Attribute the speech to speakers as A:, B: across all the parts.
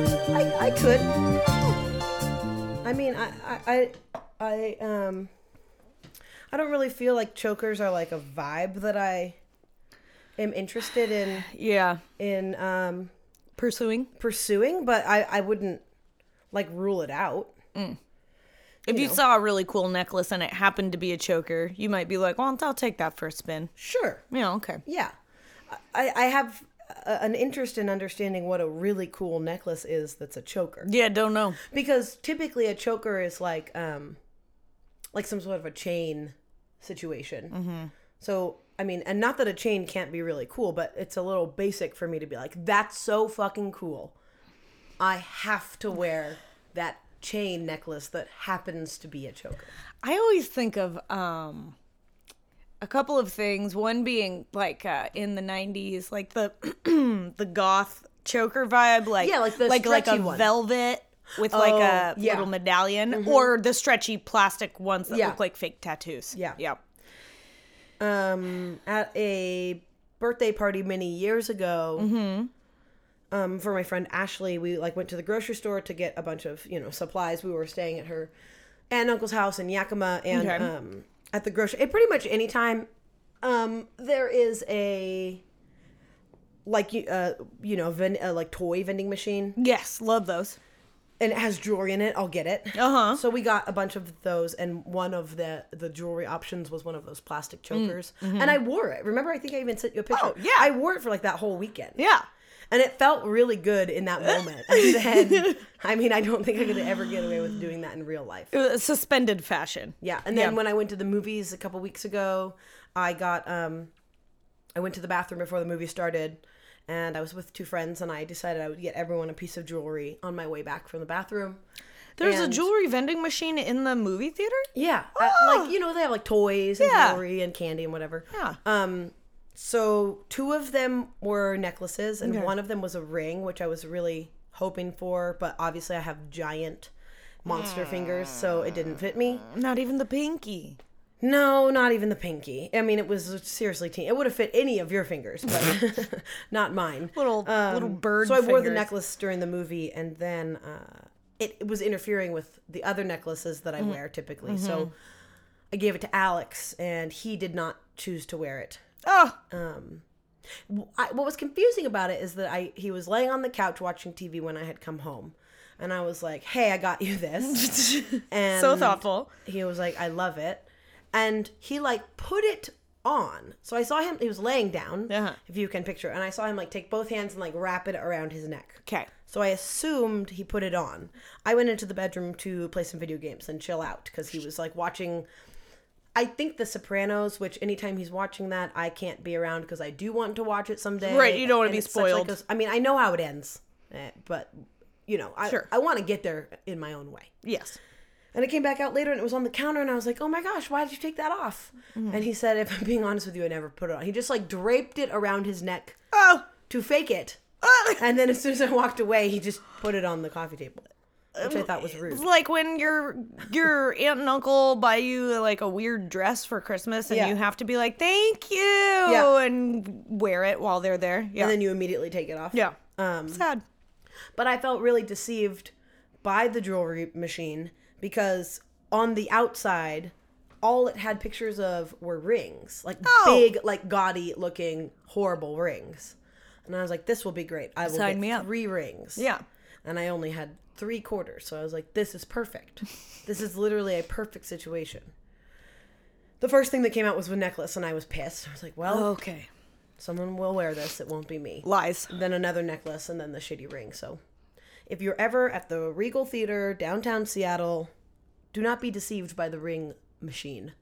A: I could. I mean, I, I, I, I, um, I don't really feel like chokers are like a vibe that I am interested in
B: Yeah.
A: in um,
B: Pursuing.
A: pursuing, but I, I wouldn't like rule it out.
B: If you saw a really cool necklace and it happened to be a choker, you might be like, well, I'll take that for a spin.
A: Sure.
B: Yeah, okay.
A: Yeah. I, I have a, an interest in understanding what a really cool necklace is that's a choker.
B: Yeah, don't know.
A: Because typically a choker is like um like some sort of a chain situation. Mm-hmm. So I mean, and not that a chain can't be really cool, but it's a little basic for me to be like, that's so fucking cool. I have to wear that chain necklace that happens to be a choker.
B: I always think of um a couple of things. One being like uh, in the '90s, like the the goth choker vibe, like
A: Yeah, like the
B: like like a
A: stretchy one.
B: velvet with like a
A: yeah.
B: little medallion, or the stretchy plastic ones that
A: Yeah.
B: look like fake tattoos.
A: Yeah.
B: yeah.
A: um, at a birthday party many years ago um, for my friend ashley we like went to the grocery store to get a bunch of you know supplies we were staying at her aunt and uncle's house in yakima and
B: Okay.
A: um, at the grocery eh, pretty much any time um, there is a like you uh, you know ven- uh, like toy vending machine
B: Yes, love those.
A: and it has jewelry in it, I'll get it.
B: Uh-huh.
A: So we got a bunch of those, and one of the the jewelry options was one of those plastic chokers, and I wore it. Remember, I think I even sent you a picture.
B: Mm, mm-hmm. Oh, yeah.
A: I wore it for like that whole weekend.
B: Yeah,
A: and it felt really good in that moment. And then, I mean, I don't think I could ever get away with doing that in real life.
B: It was Uh, suspended fashion.
A: Yeah, and then
B: Yeah.
A: when I went to the movies a couple weeks ago, I got um, I went to the bathroom before the movie started, and I was with two friends, and I decided I would get everyone a piece of jewelry on my way back from the bathroom.
B: There's a
A: And-
B: jewelry vending machine in the movie theater.
A: Yeah, uh, like you know, they have like toys and
B: Ah. Yeah.
A: jewelry and candy and whatever.
B: Yeah.
A: So two of them were necklaces, and one of them was a ring, which I was really hoping for, but obviously I have giant monster fingers, so it didn't fit me.
B: Um, Not even the pinky.
A: No, not even the pinky. I mean, it was seriously teen. It would have fit any of your fingers, but not mine.
B: Little little bird.
A: So I wore the
B: fingers.
A: necklace during the movie, and then uh, it, it was interfering with the other necklaces that I
B: Mm-hmm.
A: wear typically. So I gave it to Alex, and he did not choose to wear it.
B: Oh,
A: I, what was confusing about it is that I he was laying on the couch watching TV when I had come home, and I was like, "Hey, I got you this," and
B: so thoughtful.
A: he was like, I love it. And he like put it on. So I saw him, he was laying down,
B: Uh-huh.
A: if you can picture, and I saw him like take both hands and like wrap it around his neck.
B: Okay.
A: So I assumed he put it on. I went into the bedroom to play some video games and chill out because he was like watching, I think, The Sopranos, which anytime he's watching that, I can't be around because I do want to watch it someday.
B: Right, you don't wanna
A: And
B: be
A: it's such, like,
B: spoiled.
A: a- I mean, I know how it ends, eh, but, you know, I,
B: Sure.
A: I want to get there in my own way.
B: Yes.
A: And it came back out later and it was on the counter and I was like, oh my gosh, why did you take that off?
B: Mm-hmm.
A: And he said, if I'm being honest with you, I never put it on. He just like draped it around his neck
B: Oh.
A: to fake it.
B: Ah!
A: And then as soon as I walked away, he just put it on the coffee table, which I thought was rude.
B: It's like when your your aunt and uncle buy you like a weird dress for Christmas, and
A: Yeah.
B: you have to be like, "Thank you," and wear it while they're there. Yeah,
A: And then you immediately take it off.
B: yeah. Sad.
A: But I felt really deceived by the jewelry machine because on the outside, all it had pictures of were rings, like
B: Oh.
A: big, like gaudy looking, horrible rings. And I was like, this will be great. I will
B: Sign
A: get
B: me up.
A: three rings.
B: Yeah.
A: And I only had three quarters. So I was like, this is perfect. this is literally a perfect situation. The first thing that came out was a necklace, and I was pissed. I was like, well,
B: Okay.
A: someone will wear this. It won't be me
B: Lies.
A: then another necklace, and then the shitty ring. So, if you're ever at the Regal Theater, downtown Seattle, do not be deceived by the ring machine.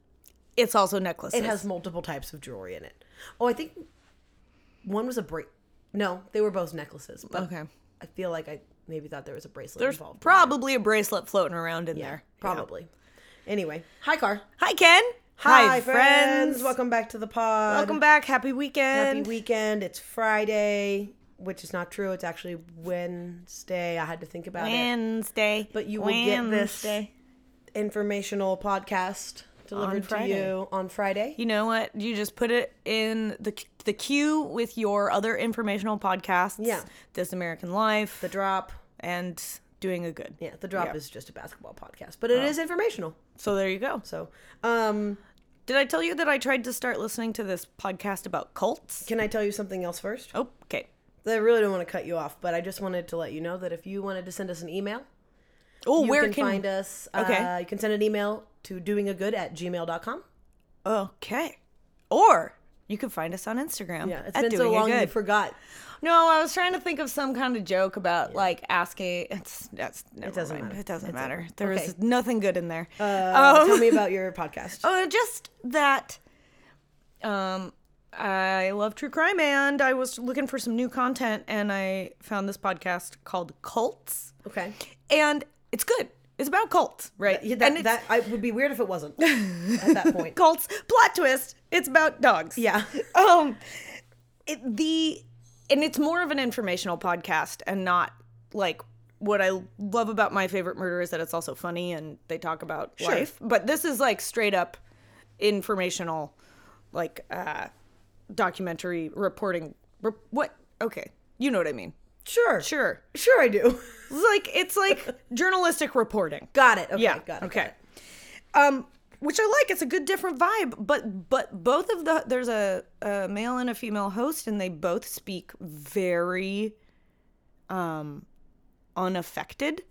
B: It's also necklaces.
A: It has multiple types of jewelry in it. Oh, I think one was a bra No, they were both necklaces. But
B: Okay.
A: I feel like I maybe thought there was a bracelet
B: Uh. There's
A: involved.
B: probably a bracelet floating around in
A: Yeah,
B: there.
A: Probably. Anyway, hi, Car.
B: Yeah. Hi, Ken.
A: Welcome back to the pod.
B: Welcome back. Happy
A: Happy
B: weekend.
A: weekend. It's Friday, which is not true. It's actually Wednesday. I had to think about it.
B: Wednesday.
A: But you will get this
B: Wednesday.
A: informational podcast
B: On
A: delivered to
B: Friday.
A: you on Friday.
B: You know what? You just put it in the the queue with your other informational podcasts.
A: Yeah.
B: This American Life
A: The drop.
B: and doing a good.
A: Yeah, the drop is just a basketball podcast, but it
B: Oh.
A: is informational.
B: So there you go.
A: So, um,
B: Did I tell you that I tried to start listening to this podcast about cults?
A: can I tell you something else first?
B: Oh, okay.
A: I really don't want to cut you off, but I just wanted to let you know that if you wanted to send us an email,
B: Oh,
A: you
B: where
A: can,
B: can,
A: find us.
B: Okay.
A: Uh, you can send an email to doingagood at gmail.com.
B: Okay. Or you can find us on Instagram.
A: Yeah, it's
B: at
A: been so
B: Doing It
A: long you
B: Good.
A: forgot.
B: No, I was trying to think of some kind of joke about like asking. It's that's never
A: doesn't
B: it doesn't
A: matter.
B: It doesn't
A: It's
B: matter. There was
A: okay.
B: nothing good in there. Um,
A: Uh,
B: Oh.
A: tell me about your podcast.
B: Uh, just that. Um, I love true crime, and I was looking for some new content, and I found this podcast called Cults,
A: Okay.
B: and it's good. It's about cults, right?
A: Yeah, that,
B: and it's
A: that I would be weird if it wasn't at that point.
B: cults. Plot twist: it's about dogs.
A: Yeah.
B: um it, the and it's more of an informational podcast and not like what I love about my favorite murder is that it's also funny and they talk about life. But this is like straight up informational, like uh, documentary reporting. Rep- what? Okay, you know what I mean.
A: Sure. Sure,
B: Sure.
A: sure I do.
B: It's like it's like journalistic reporting.
A: Got it. Okay.
B: Yeah.
A: Got it.
B: okay. Um, which I like. It's a good different vibe. But but both of the there's a, a male and a female host, and they both speak very um unaffected,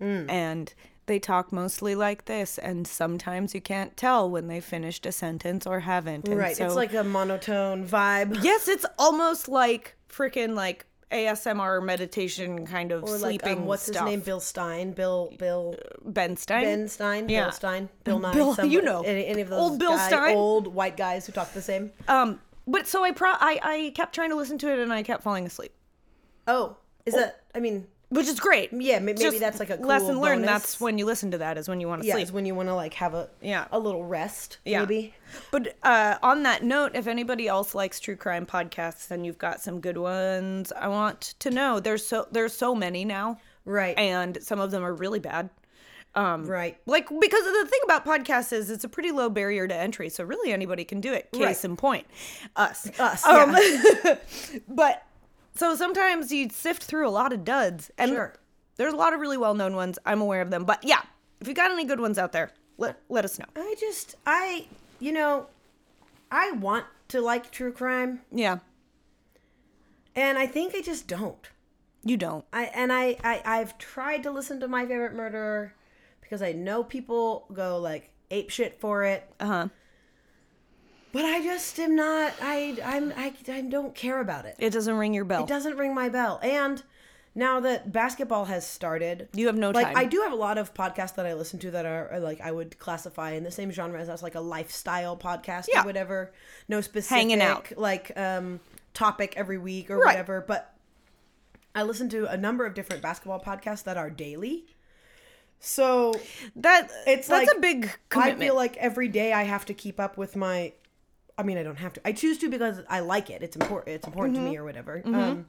A: Mm.
B: and they talk mostly like this. And sometimes you can't tell when they finished a sentence or haven't. And
A: Right.
B: so-
A: it's like a monotone vibe.
B: yes, it's almost like freaking like. ASMR meditation kind of
A: Or like,
B: sleeping
A: um, what's
B: stuff.
A: his name? Bill Stein. Bill, Bill,
B: Ben Stein.
A: Ben Stein.
B: Yeah.
A: Bill Stein. Bill Nye.
B: Bill-
A: some-
B: you know.
A: Any, any of those
B: Old Bill
A: guy-
B: Stein.
A: Old white guys who talk the same.
B: Um, but so I pro I, I kept trying to listen to it and I kept falling asleep,
A: Oh, is that? I mean,
B: which is great.
A: yeah, may- maybe
B: Just
A: that's like a cool
B: lesson
A: bonus.
B: learned. That's when you listen to that is when you want to
A: yeah,
B: sleep.
A: is when you want to like have a
B: Yeah.
A: a little rest.
B: Yeah.
A: Maybe.
B: But uh, on that note, if anybody else likes true crime podcasts and you've got some good ones, I want to know. There's so there's so many now,
A: Right.
B: and some of them are really bad.
A: right.
B: Like because the thing about podcasts is it's a pretty low barrier to entry, so really anybody can do it. Case
A: Right.
B: in point, us.
A: Us.
B: Um,
A: yeah.
B: But so sometimes you sift through a lot of duds, and
A: Sure.
B: there's a lot of really well-known ones. I'm aware of them, but yeah, if you got any good ones out there, let let us know.
A: I just, I, you know, I want to like true crime,
B: Yeah,
A: and I think I just don't.
B: you don't.
A: I and I, I I've tried to listen to my favorite murderer because I know people go like ape shit for it.
B: Uh huh.
A: But I just am not I I'm I, I don't care about it.
B: It doesn't ring your bell.
A: It doesn't ring my bell. And now that basketball has started,
B: You have no
A: like
B: time.
A: I do have a lot of podcasts that I listen to that are, are like I would classify in the same genre as us, like a lifestyle podcast
B: Yeah.
A: or whatever. No specific
B: Hanging out.
A: like um topic every week or
B: Right.
A: whatever. But I listen to a number of different basketball podcasts that are daily. So
B: that
A: It's
B: it's that's
A: like-
B: a big commitment.
A: I feel like every day I have to keep up with my. I mean, I don't have to. I choose to because I like it. It's important. It's important to me
B: Mm-hmm.
A: or whatever. Um,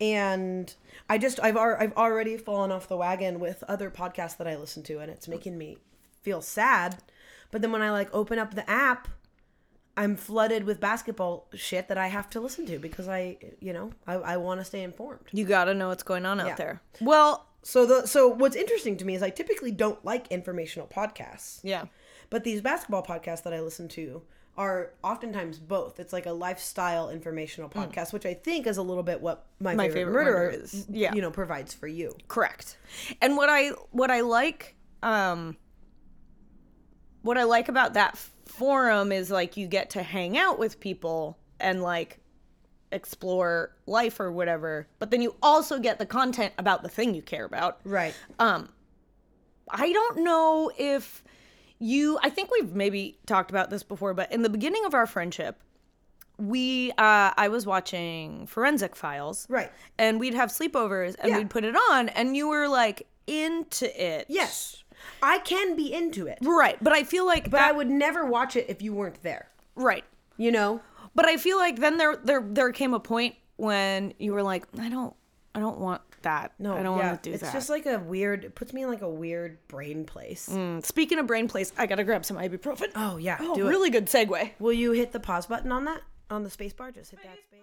A: and I just I've al- I've already fallen off the wagon with other podcasts that I listen to, and it's making me feel sad. But then when I like open up the app, I'm flooded with basketball shit that I have to listen to because I you know I, I want to stay informed.
B: you got to know what's going on out
A: Yeah.
B: there. Well,
A: So the so what's interesting to me is I typically don't like informational podcasts.
B: yeah.
A: But these basketball podcasts that I listen to are oftentimes both. It's like a lifestyle informational podcast, which I think is a little bit what my, favorite,
B: Hmm. Favorite
A: murderer,
B: Murder is- yeah.
A: you know, provides for you.
B: correct and what i what i like um what i like about that forum is like you get to hang out with people and like explore life or whatever but then you also get the content about the thing you care about
A: Right.
B: I don't know if you I think we've maybe talked about this before, but in the beginning of our friendship, we uh I was watching Forensic Files.
A: Right.
B: And we'd have sleepovers and
A: Yeah.
B: we'd put it on and you were like into it.
A: yes. I can be into it.
B: Right. But I feel like
A: But
B: that
A: I would never watch it if you weren't there.
B: right.
A: You know?
B: But I feel like then there there there came a point when you were like, I don't I don't want that. No, I don't
A: yeah.
B: want to do
A: it's
B: that.
A: just like a weird it puts me in like a weird brain place.
B: Mm, Speaking of brain place, I gotta grab some ibuprofen.
A: Oh yeah.
B: Oh,
A: do
B: really good segue.
A: it. Will you hit the pause button on that? On the space bar? Just hit that space.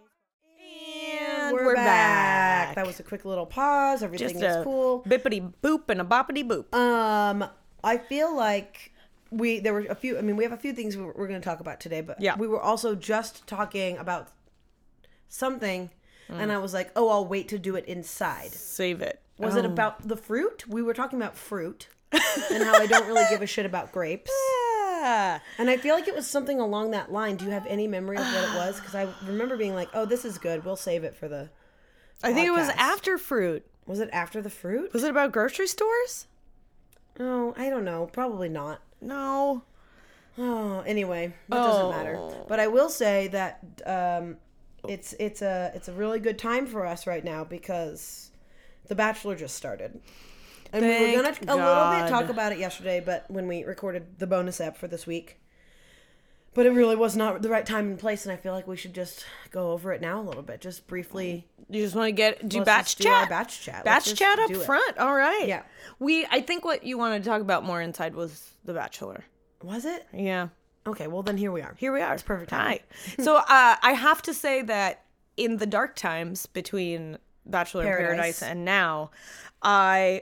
B: And
A: we're back.
B: back.
A: That was a quick little pause. Everything
B: Just
A: is
B: a
A: cool.
B: bippity boop and a boppity boop.
A: Um, I feel like we there were a few. I mean, we have a few things we're, we're going to talk about today, but
B: Yeah.
A: we were also just talking about something, and I was like, oh, I'll wait to do it inside.
B: Save it.
A: Was it about the fruit? We were talking about fruit and how I don't really give a shit about grapes.
B: Ah.
A: And I feel like it was something along that line. Do you have any memory of what it was? Because I remember being like, oh, this is good. We'll save it for the.
B: I think it was
A: Podcast.
B: after fruit.
A: Was it after the fruit?
B: Was it about grocery stores?
A: Oh, I don't know. Probably not.
B: No.
A: Oh, anyway, that doesn't matter.
B: Oh.
A: But I will say that um, it's it's a it's a really good time for us right now because The Bachelor just started, and we were gonna
B: Thank
A: a little bit
B: God.
A: talk about it yesterday, but when we recorded the bonus app for this week. But it really was not the right time and place, and I feel like we should just go over it now a little bit, just briefly.
B: You just want to get do
A: Let's
B: batch
A: just do our
B: chat.
A: batch chat. Let's
B: Batch
A: just
B: chat up
A: do it.
B: front. All right.
A: Yeah.
B: We I think what you wanted to talk about more inside was The Bachelor.
A: Was it
B: Yeah.
A: okay? Well, then here we are.
B: Here we are.
A: It's perfect timing.
B: Hi. so uh, I have to say that in the dark times between Bachelor in
A: Paradise.
B: Paradise and now, I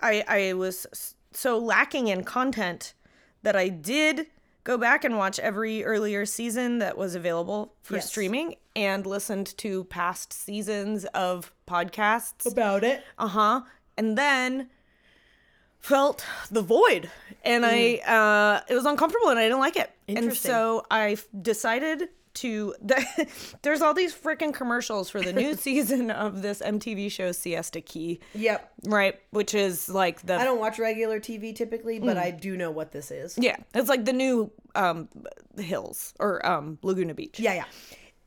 B: I I was s- so lacking in content that I did go back and watch every earlier season that was available for
A: Yes.
B: streaming and listened to past seasons of podcasts
A: about it.
B: uh huh. And then felt the void, and I uh, it was uncomfortable, and I didn't like it. And
A: Mm. Interesting.
B: so I f- decided to. there's all these freaking commercials for the new season of this MTV show Siesta Key,
A: Yep.
B: right? Which is like the
A: I don't watch regular TV typically, but
B: Hmm.
A: I do know what this is.
B: yeah, it's like the new um, Hills or um, Laguna Beach.
A: Yeah, yeah.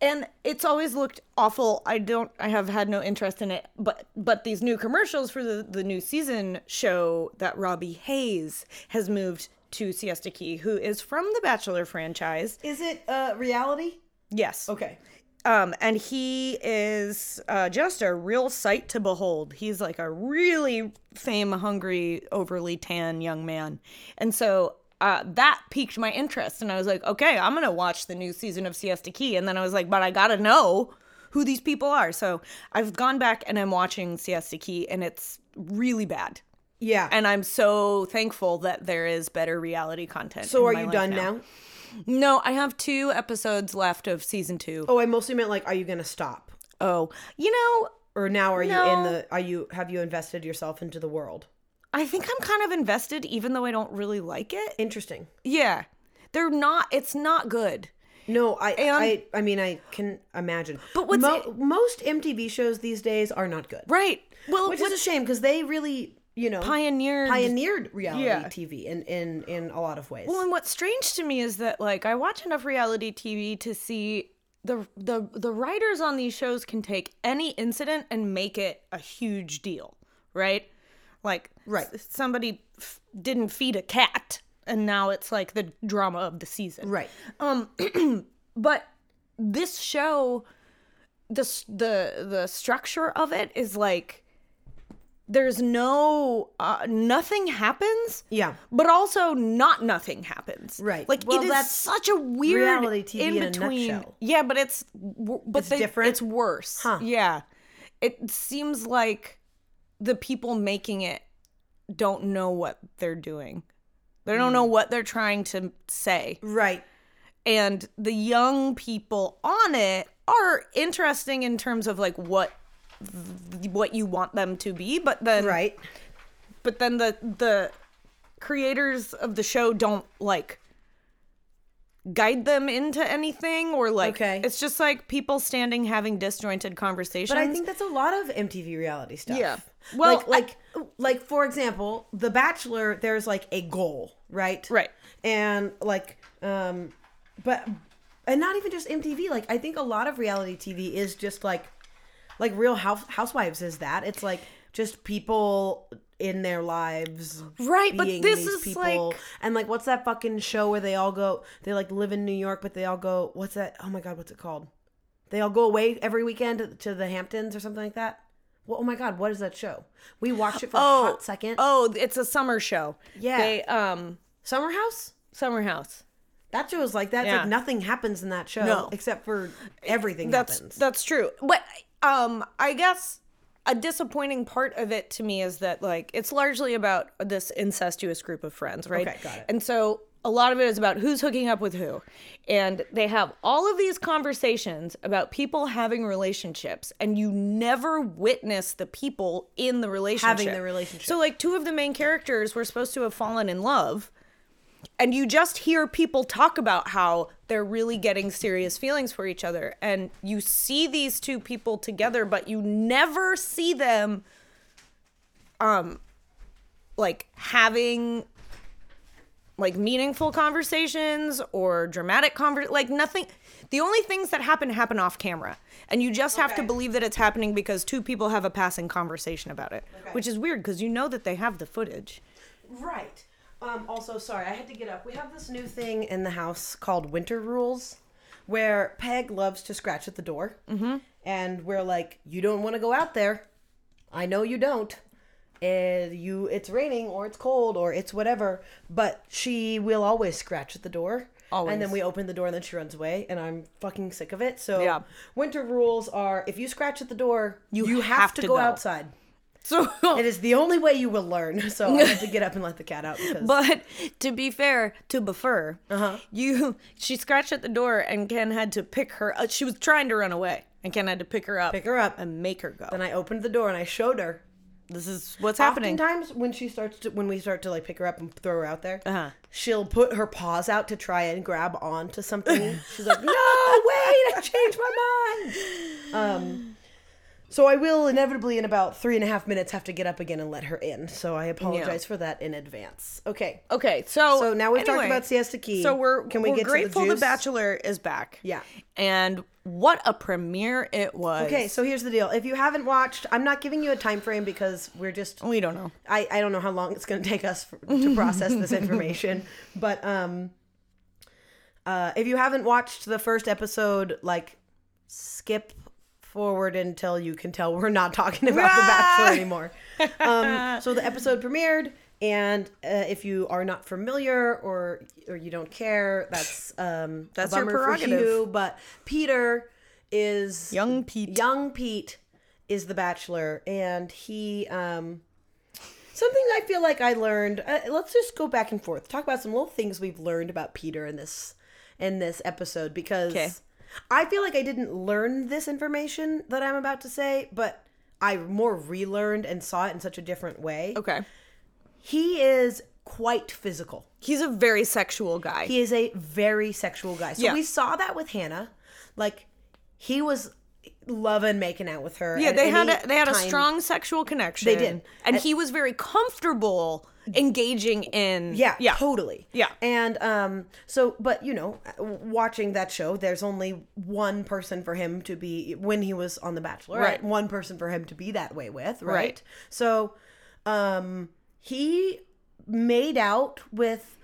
B: and it's always looked awful i don't i have had no interest in it but but these new commercials for the the new season show that robbie hayes has moved to siesta key who is from the bachelor franchise
A: Is it uh, reality?
B: yes
A: Okay.
B: um and he is uh, just a real sight to behold he's like a really fame hungry overly tan young man and so uh, that piqued my interest and i was like okay i'm gonna watch the new season of siesta key and then i was like but i gotta know who these people are so i've gone back and i'm watching siesta key and it's really bad
A: Yeah.
B: and i'm so thankful that there is better reality content
A: so
B: in
A: are
B: my
A: you
B: life
A: done
B: now
A: now.
B: no i have two episodes left of season two.
A: Oh, I mostly meant like, are you gonna stop?
B: Oh, you know
A: Or now are you in
B: No.
A: the? Are you have you invested yourself into the world?
B: I think I'm kind of invested, even though I don't really like it.
A: Interesting.
B: Yeah, they're not. It's not good.
A: No, I I I mean I can imagine.
B: But what's
A: most MTV shows these days are not good,
B: Right. Well,
A: which
B: what
A: is a shame because they really you know
B: pioneered.
A: pioneered reality
B: Yeah.
A: TV in in in a lot of ways.
B: Well, and what's strange to me is that like I watch enough reality TV to see the the the writers on these shows can take any incident and make it a huge deal, right? Like
A: Right.
B: s- somebody f- didn't feed a cat and now it's like the drama of the season.
A: right.
B: Um, but this show the s- the the structure of it is like there's no uh, nothing happens
A: Yeah.
B: but also not nothing happens
A: Right.
B: like
A: Well,
B: it is
A: that's
B: such a weird
A: reality TV in a
B: in between
A: nutshell.
B: yeah but it's w- but it's
A: different?
B: it's worse yeah it seems like the people making it don't know what they're doing they don't know
A: Hmm.
B: what they're trying to say
A: Right.
B: and the young people on it are interesting in terms of like what what you want them to be but then
A: Right.
B: but then the the creators of the show don't like guide them into anything or like
A: Okay.
B: it's just like people standing having disjointed conversations
A: But I think that's a lot of MTV reality stuff.
B: Yeah.
A: Well,
B: Well,
A: like like, like for example, The Bachelor, there's like a goal, right?
B: Right.
A: And like um but and not even just MTV, like I think a lot of reality TV is just like like Real House, Housewives is that. It's like just people in their lives
B: Right, but
A: being
B: this
A: these
B: is
A: people
B: like-
A: and like what's that fucking show where they all go they like live in new york but they all go what's that oh my god what's it called they all go away every weekend to, to the hamptons or something like that well, oh my god what is that show we watched it for a hot second
B: oh it's a summer show
A: Yeah.
B: they um
A: summer house
B: summer house
A: that show is like that It's
B: Yeah.
A: like nothing happens in that show
B: No.
A: except for everything
B: that's
A: happens
B: that's true but um i guess a disappointing part of it to me is that like it's largely about this incestuous group of friends, right?
A: Okay, got it.
B: And so a lot of it is about who's hooking up with who. And they have all of these conversations about people having relationships and you never witness the people in the relationship.
A: the relationship.
B: So like two of the main characters were supposed to have fallen in love and you just hear people talk about how they're really getting serious feelings for each other and you see these two people together but you never see them um like having like meaningful conversations or dramatic conver like nothing the only things that happen happen off camera and you just have to
A: Okay.
B: believe that it's happening because two people have a passing conversation about it which is weird because you know that they have the footage
A: Right. Um, also, sorry, I had to get up. We have this new thing in the house called Winter Rules, where Peg loves to scratch at the door, mm-hmm. and we're like, "You don't want to go out there. I know you don't. And you, it's raining or it's cold or it's whatever." But she will always scratch at the door.
B: Always.
A: And then we open the door and then she runs away, and I'm fucking sick of it. So,
B: Yeah.
A: winter rules are if you scratch at the door, you, have, to, go, outside.
B: so
A: It is the only way you will learn. So I had to get up and let the cat out because
B: But to be fair to Buffer,
A: Uh-huh.
B: you she scratched at the door and Ken had to pick her. Uh, she was trying to run away, and Ken had to pick her up,
A: pick her up.
B: and make her go.
A: And I opened the door and I showed her.
B: This is what's happening.
A: Oftentimes, when she starts to, when we start to like pick her up and throw her out there,
B: Uh-huh.
A: she'll put her paws out to try and grab onto something. She's like, "No, wait! I changed my mind." Um, so I will inevitably, in about three and a half minutes, have to get up again and let her in. So I apologize for that in advance. Okay.
B: Okay, so
A: So now we've talked
B: anyway,
A: about Siesta Key.
B: So we're
A: can we
B: we're
A: get
B: grateful
A: to the, juice?
B: Bachelor is back.
A: Yeah.
B: and what a premiere it was.
A: Okay, so here's the deal. If you haven't watched, I'm not giving you a time frame because we're just
B: we don't know.
A: I, I don't know how long it's going to take us for, to process this information, but um, uh, if you haven't watched the first episode, like skip forward until you can tell we're not talking about The Bachelor anymore. Um, so the episode premiered, and uh, if you are not familiar or or you don't care, that's um,
B: That's
A: a
B: your
A: bummer
B: prerogative.
A: For you, but Peter is
B: Young Pete.
A: Young Pete is the bachelor, and he um something I feel like I learned. Uh, let's just go back and forth. Talk about some little things we've learned about Peter in this in this episode because
B: 'Kay.
A: I feel like I didn't learn this information that I'm about to say, but I more relearned and saw it in such a different way.
B: Okay,
A: He is quite physical.
B: he's a very sexual guy.
A: He is a very sexual guy. So
B: Yeah.
A: we saw that with Hannah. Like he was loving making out with her.
B: yeah,
A: at
B: they had
A: any
B: a, they had a
A: time.
B: strong sexual connection.
A: They did.
B: and he was very comfortable engaging in.
A: Yeah,
B: yeah,
A: totally.
B: Yeah.
A: And um so but you know, watching that show, there's only one person for him to be when he was on the bachelor,
B: Right.
A: One person for him to be that way with, right?
B: Right.
A: So um he made out with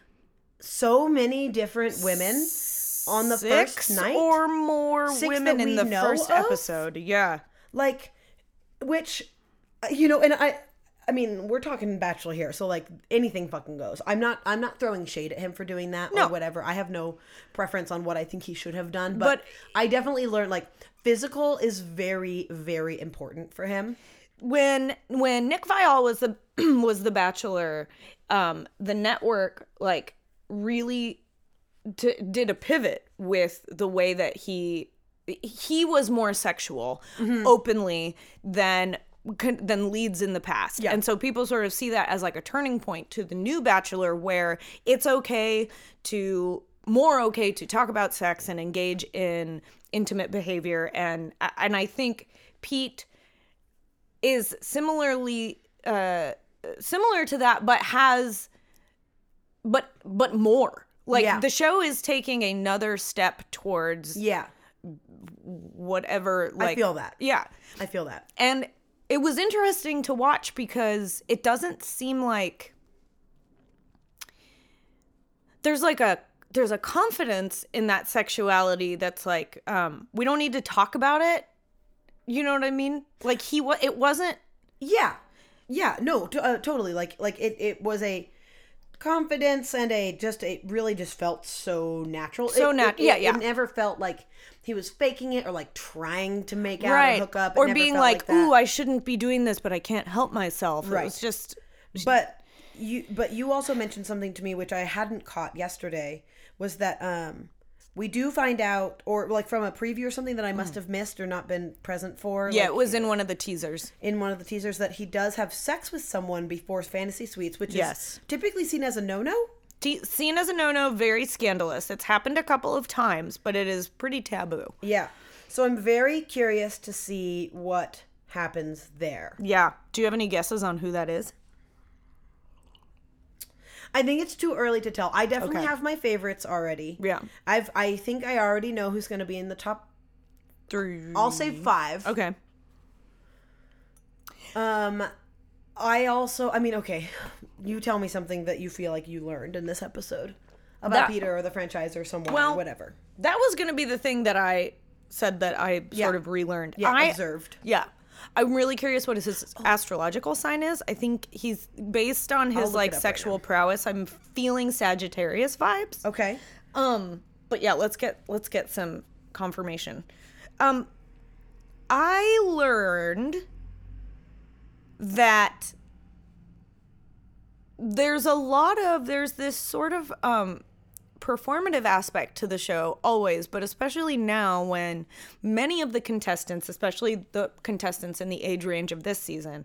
A: so many different women on the
B: six
A: first night
B: or more
A: Six
B: women
A: that
B: in
A: we
B: the
A: know
B: first
A: of?
B: episode. Yeah,
A: like which uh, you know and i i mean we're talking bachelor here so like anything fucking goes i'm not i'm not throwing shade at him for doing that
B: No.
A: or whatever i have no preference on what i think he should have done but,
B: But-
A: i definitely learned like physical is very very important for him
B: when when Nick Viall was the was the Bachelor, um, the network like really d- did a pivot with the way that he he was more sexual
A: Mm-hmm.
B: openly than than leads in the past
A: Yeah.
B: and so people sort of see that as like a turning point to the new bachelor where it's okay to more okay to talk about sex and engage in intimate behavior and and i think pete is similarly uh similar to that but has but but more like
A: Yeah.
B: the show is taking another step towards
A: yeah
B: whatever like
A: i feel that
B: yeah
A: i feel that
B: and it was interesting to watch because it doesn't seem like there's like a there's a confidence in that sexuality that's like um we don't need to talk about it you know what i mean like he was it wasn't
A: Yeah, yeah, no, t- uh, totally. Like, like it, it was a confidence and a just it really just felt so natural.
B: So
A: It-
B: nat-
A: it-
B: yeah,
A: it-
B: yeah.
A: It never felt like he was faking it or like trying to make out
B: right.
A: and hook up It
B: or
A: never
B: being
A: felt
B: like,
A: that.
B: ooh, I shouldn't be doing this, but I can't help myself. It
A: Right.
B: was just
A: But you but you also mentioned something to me which I hadn't caught yesterday was that um we do find out or like from a preview or something that I must have missed or not been present for.
B: Mm. yeah,
A: like,
B: it was in one of the teasers.
A: in one of the teasers that he does have sex with someone before fantasy suites, which
B: Yes.
A: is typically seen as a no no.
B: Te- seen as a no-no, very scandalous. It's happened a couple of times, but it is pretty taboo.
A: Yeah. So I'm very curious to see what happens there.
B: Yeah. Do you have any guesses on who that is?
A: I think it's too early to tell. I definitely
B: Okay.
A: have my favorites already.
B: Yeah.
A: I've I think I already know who's going to be in the top.
B: Three.
A: I'll say 5.
B: Okay.
A: Um I also I mean okay, you tell me something that you feel like you learned in this episode about
B: That-
A: Peter or the franchise or someone
B: Well,
A: or whatever.
B: That was going to be the thing that I said that I sort of relearned.
A: Yeah,
B: I,
A: observed.
B: Yeah. I'm really curious what his astrological sign is. I think he's based on his
A: look
B: like
A: it up right
B: sexual prowess. I'm feeling Sagittarius vibes.
A: Okay.
B: Um, but yeah, let's get let's get some confirmation. Um, I learned that there's a lot of there's this sort of um performative aspect to the show always, but especially now when many of the contestants, especially the contestants in the age range of this season,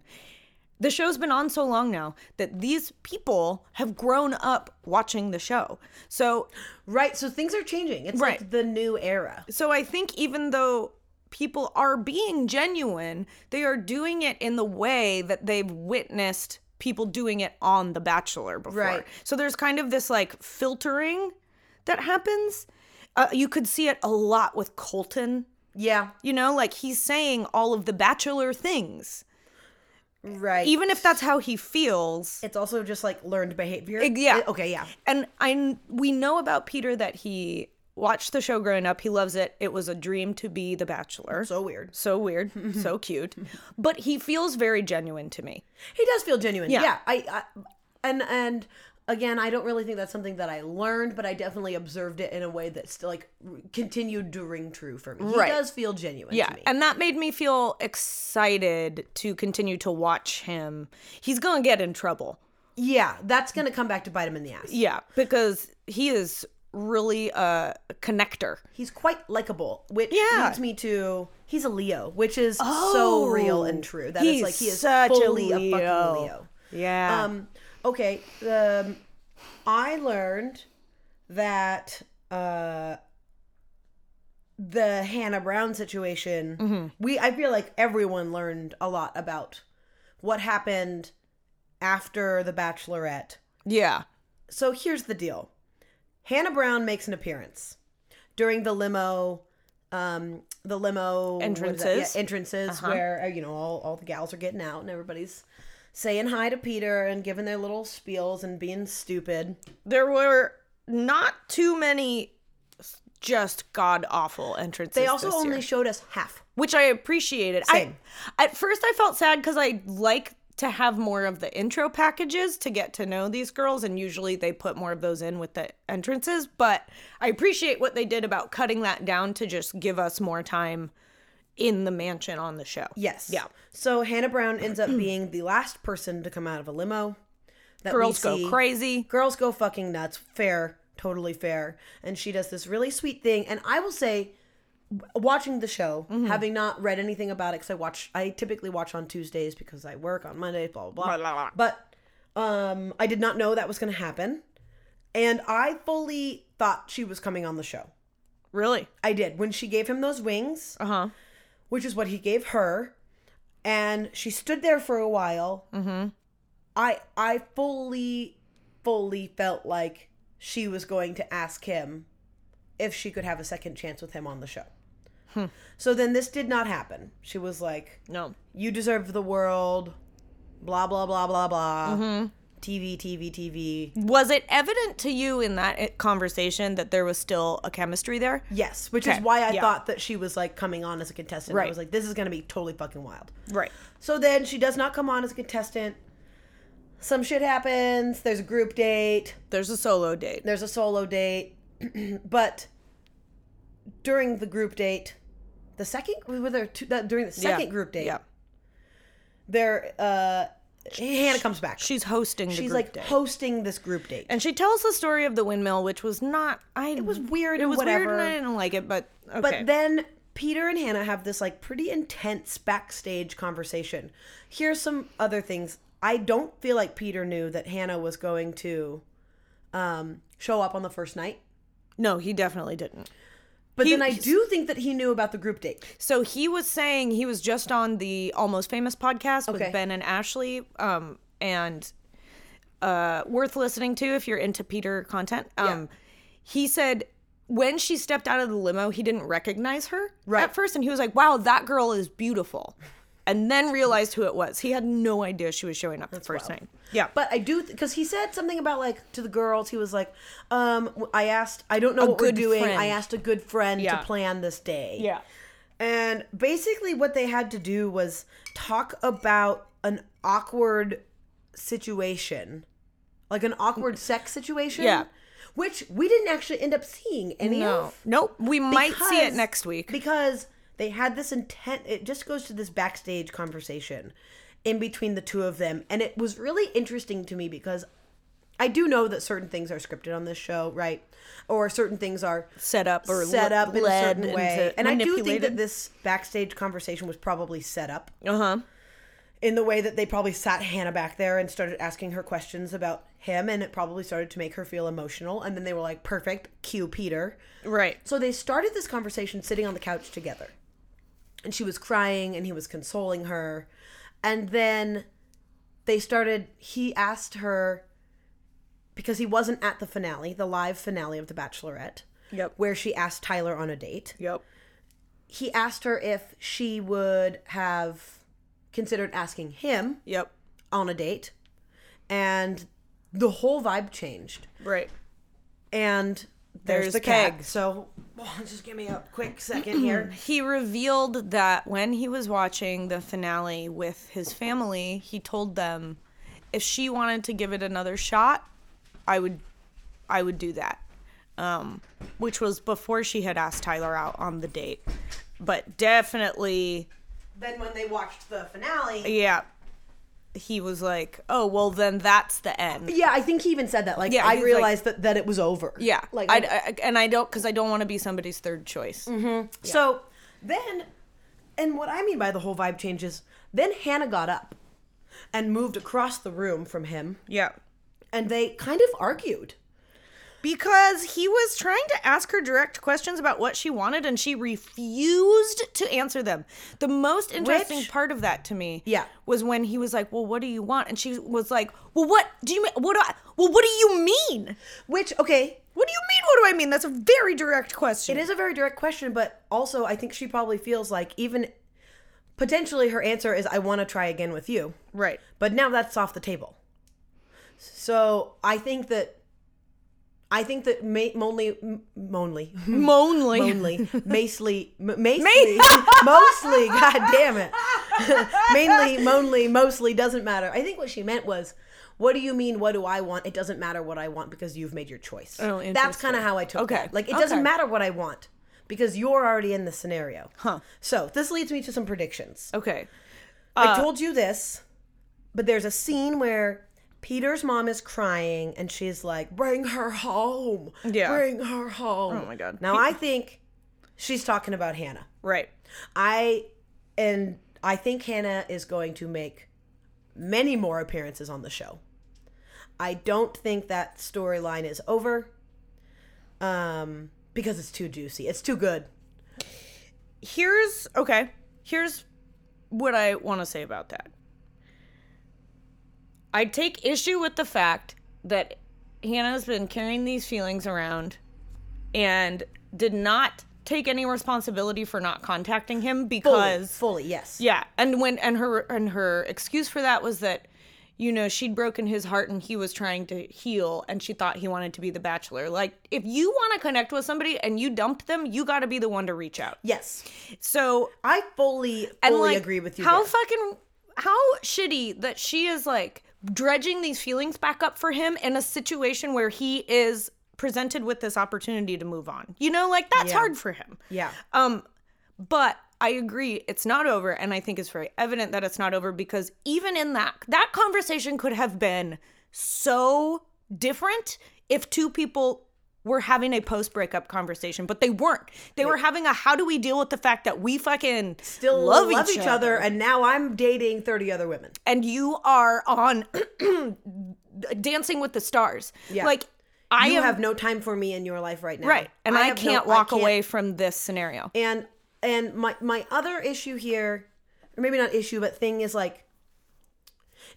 B: the show's been on so long now that these people have grown up watching the show. So
A: Right, so things are changing. It's
B: Right.
A: like the new era.
B: so I think even though people are being genuine, they are doing it in the way that they've witnessed people doing it on The Bachelor before.
A: Right.
B: So there's kind of this like filtering that happens. Uh, you could see it a lot with Colton.
A: Yeah.
B: You know, like he's saying all of the Bachelor things,
A: Right.
B: even if that's how he feels.
A: it's also just like learned behavior.
B: Ex- yeah.
A: It- okay. Yeah.
B: and I kn- we know about Peter that he watched the show growing up. He loves it. It was a dream to be The Bachelor.
A: So weird.
B: so weird, so cute, but he feels very genuine to me.
A: He does feel genuine.
B: Yeah.
A: Yeah. I, I. And and again, I don't really think that's something that I learned, but I definitely observed it in a way that still like r- continued to ring true for me. He
B: Right.
A: does feel genuine. To me.
B: and that made me feel excited to continue to watch him. He's gonna get in trouble.
A: Yeah. That's gonna come back to bite him in the ass.
B: Yeah, because he is really a connector.
A: He's quite likable, which
B: Yeah. Oh.
A: leads me to he's a Leo, which is so Oh, real and true. That is
B: he's
A: like he is
B: such a
A: fully a
B: Leo.
A: fucking Leo.
B: Yeah.
A: Um, okay. Um, I learned that uh, the Hannah Brown situation. We I feel like everyone learned a lot about what happened after the Bachelorette.
B: yeah.
A: So here's the deal: Hannah Brown makes an appearance during the limo. Um, the limo what is that?
B: Entrances. Uh-huh.
A: yeah, entrances where uh, you know all, all the gals are getting out and everybody's saying hi to Peter and giving their little spiels and being stupid.
B: There were not too many just god awful entrances.
A: They also
B: this year.
A: only showed us half.
B: which I appreciated.
A: Same.
B: I at first I felt sad because I like to have more of the intro packages to get to know these girls, and usually they put more of those in with the entrances. But I appreciate what they did about cutting that down to just give us more time in the mansion on the show.
A: Yes.
B: Yeah.
A: So Hannah Brown ends up being the last person to come out of a limo. That we
B: Girls go
A: see.
B: crazy.
A: girls go fucking nuts fair totally fair and she does this really sweet thing and i will say w- watching the show
B: Mm-hmm.
A: having not read anything about it because i watch i typically watch on tuesdays because i work on mondays blah blah blah,
B: Blah, blah,
A: but um i did not know that was going to happen and i fully thought she was coming on the show
B: Really?
A: i did when she gave him those wings
B: Uh huh.
A: which is what he gave her and she stood there for a while mm-hmm. i i fully fully felt like she was going to ask him if she could have a second chance with him on the show
B: Hmm.
A: so then this did not happen she was like
B: No.
A: you deserve the world blah blah blah blah blah
B: Mm-hmm.
A: tv tv tv
B: Was it evident to you in that eh, conversation that there was still a chemistry there?
A: yes which
B: Okay,
A: is why i
B: yeah.
A: thought that she was like coming on as a contestant i
B: Right.
A: was like this is gonna be totally fucking wild
B: Right.
A: So then she does not come on as a contestant. some shit happens. There's a group date.
B: There's a solo date.
A: There's a solo date. but during the group date, the second were there two, that during the
B: Yeah.
A: second group date,
B: Yeah.
A: there uh Hannah comes back.
B: She's hosting the
A: She's
B: group
A: like
B: date.
A: hosting this group date.
B: and she tells the story of the windmill, which was not. I it
A: was weird
B: It
A: and
B: was weird,
A: whatever.
B: and I didn't like it. But okay.
A: But then Peter and Hannah have this like pretty intense backstage conversation. Here's some other things. I don't feel like Peter knew that Hannah was going to um, show up on the first night.
B: no, he definitely didn't.
A: But
B: He-
A: then I do think that he knew about the group date.
B: So he was saying he was just on the Almost Famous podcast
A: Okay.
B: with Ben and Ashley, um, and uh, worth listening to if you're into Peter content. Um, He said when she stepped out of the limo, he didn't recognize her
A: Right.
B: at first, and he was like, "Wow, that girl is beautiful," and then realized who it was. He had no idea she was showing up the first night. Yeah,
A: But I do because he said something about like to the girls. He was like, um, w- "I asked. I don't know what
B: good
A: we're doing.
B: friend.
A: I asked a good friend
B: Yeah.
A: to plan this day." And basically, what they had to do was talk about an awkward situation, like an awkward sex situation.
B: Yeah.
A: Which we didn't actually end up seeing any
B: No,
A: of.
B: nope. We might see it
A: because-
B: next week.
A: Because they had this intent. It just goes to this backstage conversation in between the two of them. And it was really interesting to me because I do know that certain things are scripted on this show, right? Or certain things are
B: set up or
A: set
B: le-
A: up in a
B: led
A: certain way.
B: into
A: And I do think that
B: manipulated.
A: this backstage conversation was probably set up
B: uh-huh.
A: in the way that they probably sat Hannah back there and started asking her questions about him, and it probably started to make her feel emotional. And then they were like, perfect, cue Peter.
B: Right.
A: So they started this conversation sitting on the couch together. And she was crying and he was consoling her. And then they started, he asked her, because he wasn't at the finale, the live finale of The Bachelorette,
B: Yep.
A: where she asked Tyler on a date
B: Yep.
A: he asked her if she would have considered asking him
B: Yep.
A: on a date and the whole vibe changed
B: Right.
A: and there's,
B: There's
A: the keg
B: keg.
A: so oh, just give me a quick second here
B: He revealed that when he was watching the finale with his family, he told them if she wanted to give it another shot, I would I would do that. Um, which was before she had asked Tyler out on the date. But definitely,
A: then when they watched the finale
B: yeah. He was like, "Oh, well then that's the end."
A: yeah i think he even said that like
B: Yeah,
A: i
B: he's
A: realized that, that it was over
B: Yeah.
A: like
B: Like Mm-hmm. I, I- and I don't cuz I don't want to be somebody's third choice.
A: so then and what i mean by the whole vibe changes then hannah got up and moved across the room from him
B: Yeah.
A: and they kind of argued
B: Because he was trying to ask her direct questions about what she wanted and she refused to answer them. The most interesting
A: Which-
B: part of that to me
A: Yeah.
B: was when he was like, "Well, what do you want?" and she was like, "Well, what do you mean? What do I Well, what do you mean?
A: which okay
B: What do you mean? What do I mean? That's a very direct question."
A: It is a very direct question, but also I think she probably feels like even potentially her answer is I want to try again with you.
B: right.
A: But now that's off the table. So I think that I think that Ma- Monley M- Monley
B: Moanly.
A: Monley Maceley M- Maceley mostly god damn it mainly Monley mostly doesn't matter. I think what she meant was what do you mean? What do I want? It doesn't matter what I want because you've made your choice.
B: Oh,
A: That's
B: interesting.
A: kind of how I took
B: Okay.
A: that. Like it
B: Okay.
A: doesn't matter what I want because you're already in the scenario. Huh. So this leads me to some predictions.
B: Okay. Uh,
A: I told you this, but there's a scene where Peter's mom is crying and she's like, "Bring her home.
B: Yeah.
A: Bring her home."
B: Oh my God.
A: Now I think she's talking about Hannah.
B: Right.
A: I and I think Hannah is going to make many more appearances on the show. I don't think that storyline is over. Um because it's too juicy. It's too good.
B: here's okay here's what i want to say about that i take issue with the fact that hannah's been carrying these feelings around and did not take any responsibility for not contacting him
A: Fully,
B: because
A: fully, yes.
B: yeah and when and her and her excuse for that was that you know she'd broken his heart and he was trying to heal and she thought he wanted to be the bachelor like if you want to connect with somebody and you dumped them you got to be the one to reach out
A: Yes.
B: so
A: I fully fully
B: and like,
A: agree with you.
B: How
A: there.
B: fucking how shitty that she is like dredging these feelings back up for him in a situation where he is presented with this opportunity to move on. You know, like that's hard for him.
A: Yeah.
B: Um, but I agree, it's not over, and I think it's very evident that it's not over because even in that that conversation could have been so different if two people were having a post breakup conversation, but they weren't. They were having a how do we deal with the fact that we fucking
A: Still love, each, other, and now I'm dating 30 other women.
B: and you are on Dancing with the Stars.
A: Yeah.
B: Like I
A: You
B: am
A: have no time for me in your life right now.
B: right, and I,
A: have no-
B: can't walk
A: can't-
B: away from this scenario.
A: And and my my other issue here, or maybe not issue, but thing is like,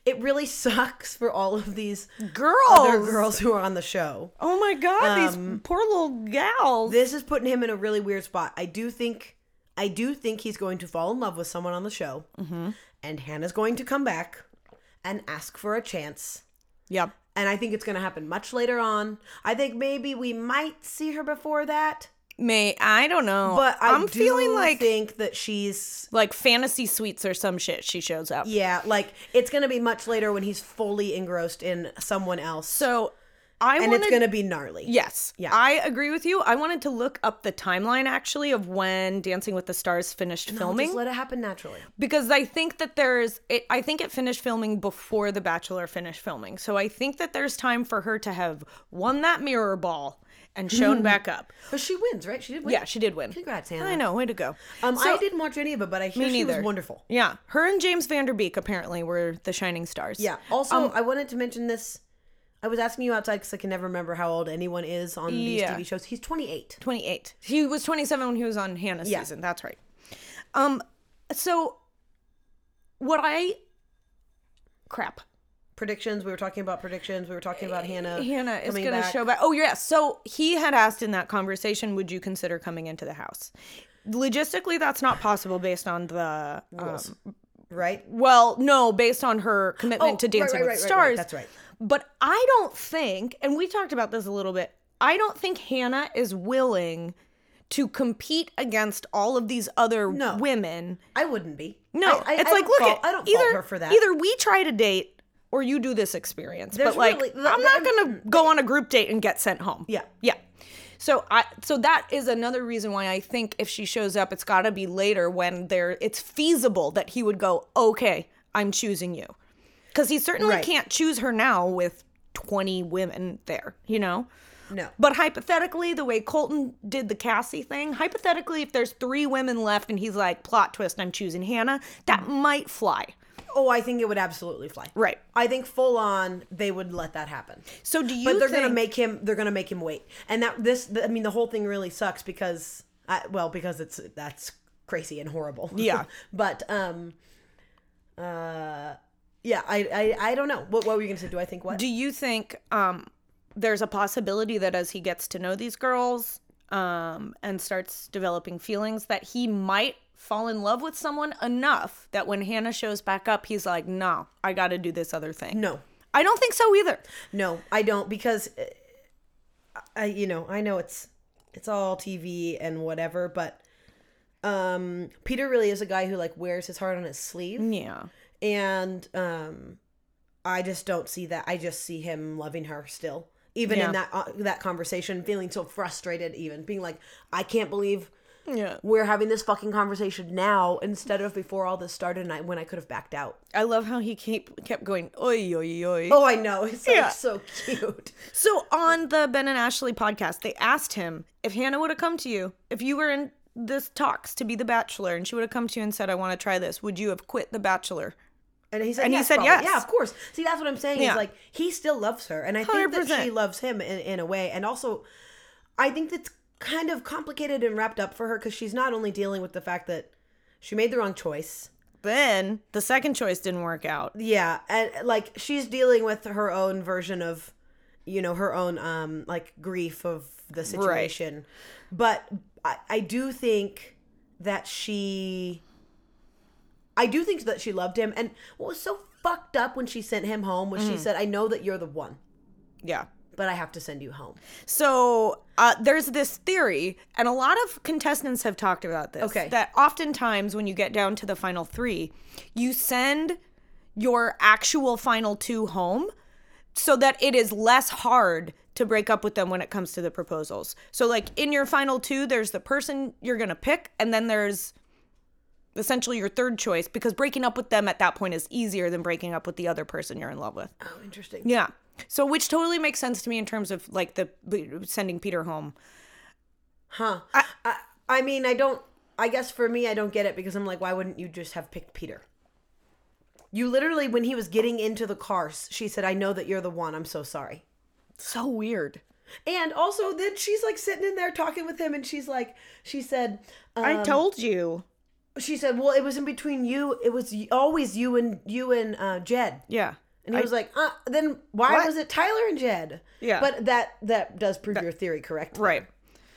A: it really sucks for all of these
B: Girls,
A: other girls who are on the show.
B: Oh my god,
A: Um,
B: these poor little gals.
A: This is putting him in a really weird spot. I do think I do think he's going to fall in love with someone on the show,
B: Mm-hmm.
A: and Hannah's going to come back and ask for a chance.
B: yep.
A: And I think it's going to happen much later on. I think maybe we might see her before that,
B: May I don't know,
A: but I
B: am feeling like
A: think that she's
B: like fantasy suites or some shit. She shows up.
A: Yeah, like it's gonna be much later when he's fully engrossed in someone else,
B: So I
A: and
B: wanted
A: it's gonna be gnarly.
B: Yes.
A: Yeah.
B: I agree with you. I wanted to look up the timeline actually of when Dancing with the Stars finished filming.
A: just let it happen naturally.
B: because I think that there's, it, I think it finished filming before The Bachelor finished filming. So I think that there's time for her to have won that mirror ball and
A: Hmm.
B: shown back up.
A: But she wins, right? She did win.
B: Yeah, she did win.
A: Congrats, Hannah.
B: I know, way to go.
A: Um,
B: So-
A: I didn't watch any of it, but I hear she was
B: neither.
A: wonderful.
B: Yeah, her and James Vanderbeek apparently were the shining stars.
A: Yeah. Also,
B: Um,
A: I wanted to mention this. I was asking you outside because I can never remember how old anyone is on these
B: Yeah.
A: TV shows. He's 28.
B: 28. He was 27 when he was on Hannah's
A: Yeah.
B: season. That's right. Um so what I crap.
A: Predictions. We were talking about predictions. We were talking about Hannah.
B: Eh, Hannah is
A: coming
B: going to
A: back.
B: show back. Oh, yeah. So he had asked in that conversation, would you consider coming into the house? Logistically, that's not possible based on the um,
A: right.
B: well, no, based on her commitment
A: Oh,
B: to
A: right,
B: Dancing
A: right,
B: with
A: right, right,
B: Stars.
A: right. That's right.
B: But I don't think, and we talked about this a little bit, I don't think Hannah is willing to compete against all of these other
A: No.
B: women.
A: I wouldn't be.
B: No,
A: I, I,
B: it's
A: I
B: like
A: don't
B: look
A: fault-
B: at
A: I don't
B: either
A: fault her for that.
B: either we try to date or you do this experience.
A: There's
B: but like
A: really- th-
B: I'm not
A: there-
B: going to go on a group date and get sent home.
A: Yeah.
B: Yeah. So I so that is another reason why I think if she shows up it's got to be later when there it's feasible that he would go, "Okay, I'm choosing you." Cuz he certainly
A: Right.
B: can't choose her now with 20 women there, you know?
A: No.
B: But hypothetically, the way Colton did the Cassie thing, hypothetically, if there's three women left and he's like, plot twist, I'm choosing Hannah, that might fly.
A: Oh, I think it would absolutely fly.
B: Mm-hmm. Right.
A: I think full on they would let that happen.
B: So do you
A: But they're
B: think,
A: gonna make him. They're gonna make him wait. And that this. I mean, the whole thing really sucks because. I, well, because it's that's crazy and horrible.
B: Yeah.
A: but um, uh, yeah. I I, I don't know. What what were you gonna say? Do I think what?
B: do you think um, there's a possibility that as he gets to know these girls um, and starts developing feelings, that he might fall in love with someone enough that when Hannah shows back up, he's like, no, I got to do this other thing.
A: no,
B: I don't think so either.
A: no, I don't because. uh, I you know I know it's it's all TV and whatever, but um, Peter really is a guy who like wears his heart on his sleeve.
B: Yeah.
A: and um i just don't see that i just see him loving her still even
B: Yeah.
A: in that uh, that conversation feeling so frustrated even being like i can't believe
B: Yeah.
A: we're having this fucking conversation now instead of before all this started and I, when i could have backed out
B: I love how he keep, kept going, oi, oi, oi.
A: oh i know it's like,
B: Yeah.
A: so cute
B: So on the Ben and Ashley podcast, they asked him if Hannah would have come to you, if you were in this talks to be the bachelor and she would have come to you and said, I want to try this, would you have quit the bachelor?
A: and he said
B: And he
A: yes,
B: said
A: probably.
B: yes.
A: yeah of course see that's what i'm saying
B: Yeah.
A: is like he still loves her and i think that she
B: 100%.
A: loves him in, in a way and also i think that's kind of complicated and wrapped up for her because she's not only dealing with the fact that she made the wrong choice
B: Then the second choice didn't work out.
A: yeah and like she's dealing with her own version of you know her own um like grief of the situation but I, I do think that she i do think that she loved him and what was so fucked up when she sent him home was she said i know that you're the one
B: Yeah.
A: but i have to send you home
B: So uh, there's this theory, and a lot of contestants have talked about this.
A: Okay.
B: That oftentimes when you get down to the final three, you send your actual final two home so that it is less hard to break up with them when it comes to the proposals. So like in your final two, there's the person you're going to pick and then there's essentially your third choice because breaking up with them at that point is easier than breaking up with the other person you're in love with.
A: Oh, interesting.
B: Yeah. So which totally makes sense to me in terms of like the sending Peter home.
A: Huh. I, I, I mean, I don't. I guess for me, I don't get it because I'm like, why wouldn't you just have picked Peter? You literally, when he was getting into the car, s- she said, "I know that you're the one. I'm so sorry."
B: So weird.
A: And also, then she's like sitting in there talking with him, and she's like, she said, um,
B: I told you.
A: she said, "Well, it was in between you. It was y- always you and you and uh, Jed."
B: Yeah.
A: And he was like, uh, "Then why
B: What?
A: was it Tyler and Jed?"
B: Yeah.
A: But that that does prove your theory correct.
B: Right.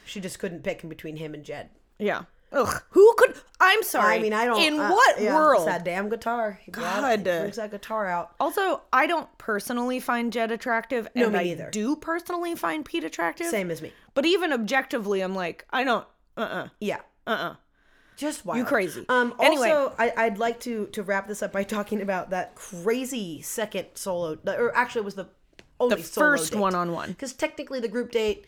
A: She just couldn't pick in between him and Jed.
B: Yeah. Ugh. Who could? I'm sorry.
A: I mean, I don't.
B: In
A: uh,
B: what
A: yeah, it's
B: world?
A: That damn guitar. He
B: God.
A: he brings that guitar out.
B: Also, I don't personally find Jed attractive, and
A: me
B: I
A: neither.
B: do personally find Pete attractive.
A: Same as me.
B: But even objectively, I'm like, I don't. Uh. uh
A: Yeah. Uh. uh Just wild. You
B: crazy.
A: Um. Also,
B: Anyway.
A: I, I'd like to to wrap this up by talking about that crazy second solo, or actually, it was the only
B: The
A: solo
B: first
A: date.
B: one-on-one.
A: Because technically, the group date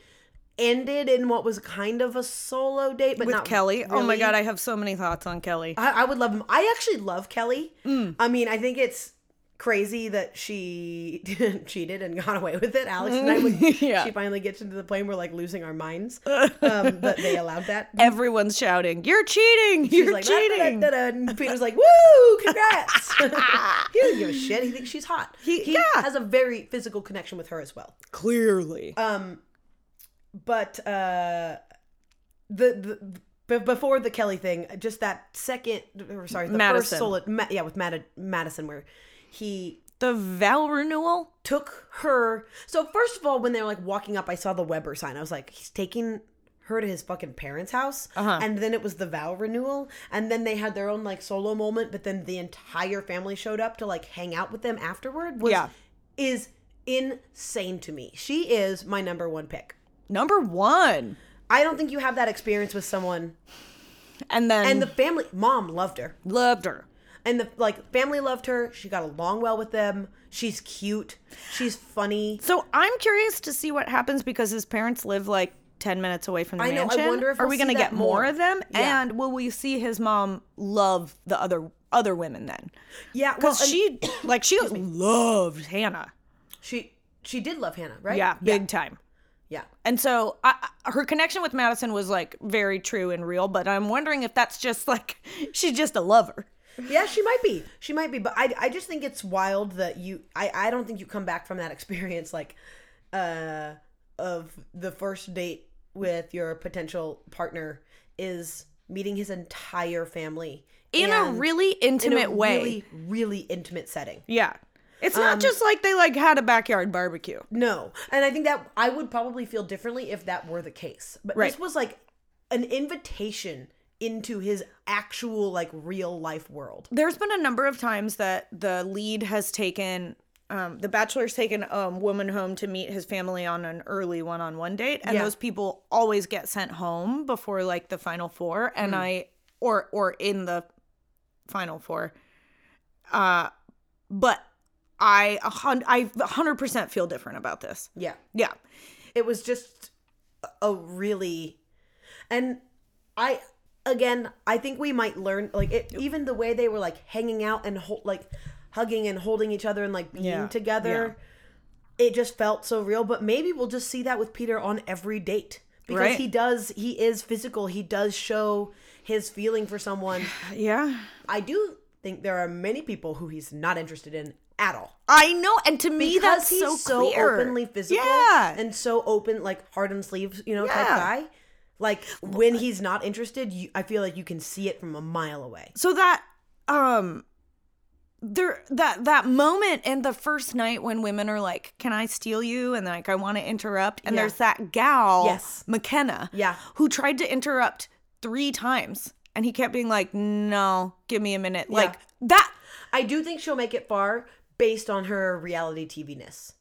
A: ended in what was kind of a solo date, but
B: With
A: not
B: Kelly. Oh my
A: really.
B: god, I have so many thoughts on Kelly.
A: I, I would love him. I actually love Kelly.
B: Mm.
A: I mean, I think it's crazy that she cheated and got away with it. Alex and I, when
B: Yeah.
A: she finally gets into the plane, we're like losing our minds. Um, but they allowed that.
B: Everyone's shouting, "You're cheating!
A: She's
B: You're
A: like, "Da, da, da,
B: cheating!"
A: da, da," and Peter's like, woo, congrats. he doesn't give a shit. He thinks she's hot. He,
B: yeah.
A: has a very physical connection with her as well.
B: Clearly.
A: Uh, but uh the, the b- before the Kelly thing, just that second, or sorry, the
B: Madison.
A: first solo, Ma- yeah, with Mad- Madison, where he
B: the vow renewal.
A: took her. So first of all, when they were like walking up, I saw the Weber sign. I was like, he's taking her to his fucking parents' house.
B: Uh-huh.
A: And then it was the vow renewal, and then they had their own like solo moment. But then the entire family showed up to like hang out with them afterward. Was,
B: Yeah.
A: is insane to me. She is my number one pick.
B: Number one.
A: I don't think you have that experience with someone.
B: And then
A: And the family, mom loved her,
B: loved her.
A: and the like family loved her. She got along well with them. She's cute. She's funny.
B: So I'm curious to see what happens because his parents live like ten minutes away from the
A: I know, I
B: mansion.
A: wonder if
B: are
A: we'll
B: we
A: see
B: going to
A: that
B: get more,
A: more.
B: of them?
A: Yeah.
B: And will we see his mom love the other other women then?
A: Yeah, well,
B: Because
A: and
B: she like she loved Hannah.
A: she she did love Hannah, right?
B: Yeah, big time.
A: yeah.
B: And so I, I- her connection with Madison was like very true and real. But I'm wondering if that's just like she's just a lover.
A: Yeah, she might be. She might be. But I, I just think it's wild that you. I, I don't think you come back from that experience like, uh, of the first date with your potential partner is meeting his entire family
B: In a
A: and
B: really
A: in
B: intimate
A: a
B: way.
A: really, really intimate setting.
B: yeah. It's
A: Um,
B: not just like they like had a backyard barbecue.
A: No, and I think that I would probably feel differently if that were the case. But
B: Right.
A: this was like an invitation into his actual like real life world.
B: there's been a number of times that the lead has taken um, the bachelor's taken a woman home to meet his family on an early one-on-one date and
A: Yeah.
B: those people always get sent home before like the final four and
A: Hmm.
B: i or or in the final four uh but i a hun- i 100% feel different about this
A: Yeah.
B: yeah
A: it was just a really and i again i think we might learn like it, even the way they were like hanging out and ho- like hugging and holding each other and like being
B: Yeah,
A: together it just felt so real but maybe we'll just see that with peter on every date because
B: Right.
A: he does he is physical he does show his feeling for someone
B: yeah
A: i do think there are many people who he's not interested in at all
B: i know and to me
A: because
B: that's
A: he's
B: so,
A: so,
B: clear.
A: openly physical
B: yeah
A: and so open like heart and sleeves you know type
B: Yeah.
A: guy like when he's not interested you, i feel like you can see it from a mile away
B: so that um there that that moment in the first night when women are like can i steal you and like i want to interrupt and
A: Yeah.
B: there's that gal
A: Yes.
B: mckenna
A: Yeah.
B: who tried to interrupt three times and he kept being like no give me a minute like that
A: i do think she'll make it far based on her reality tv-ness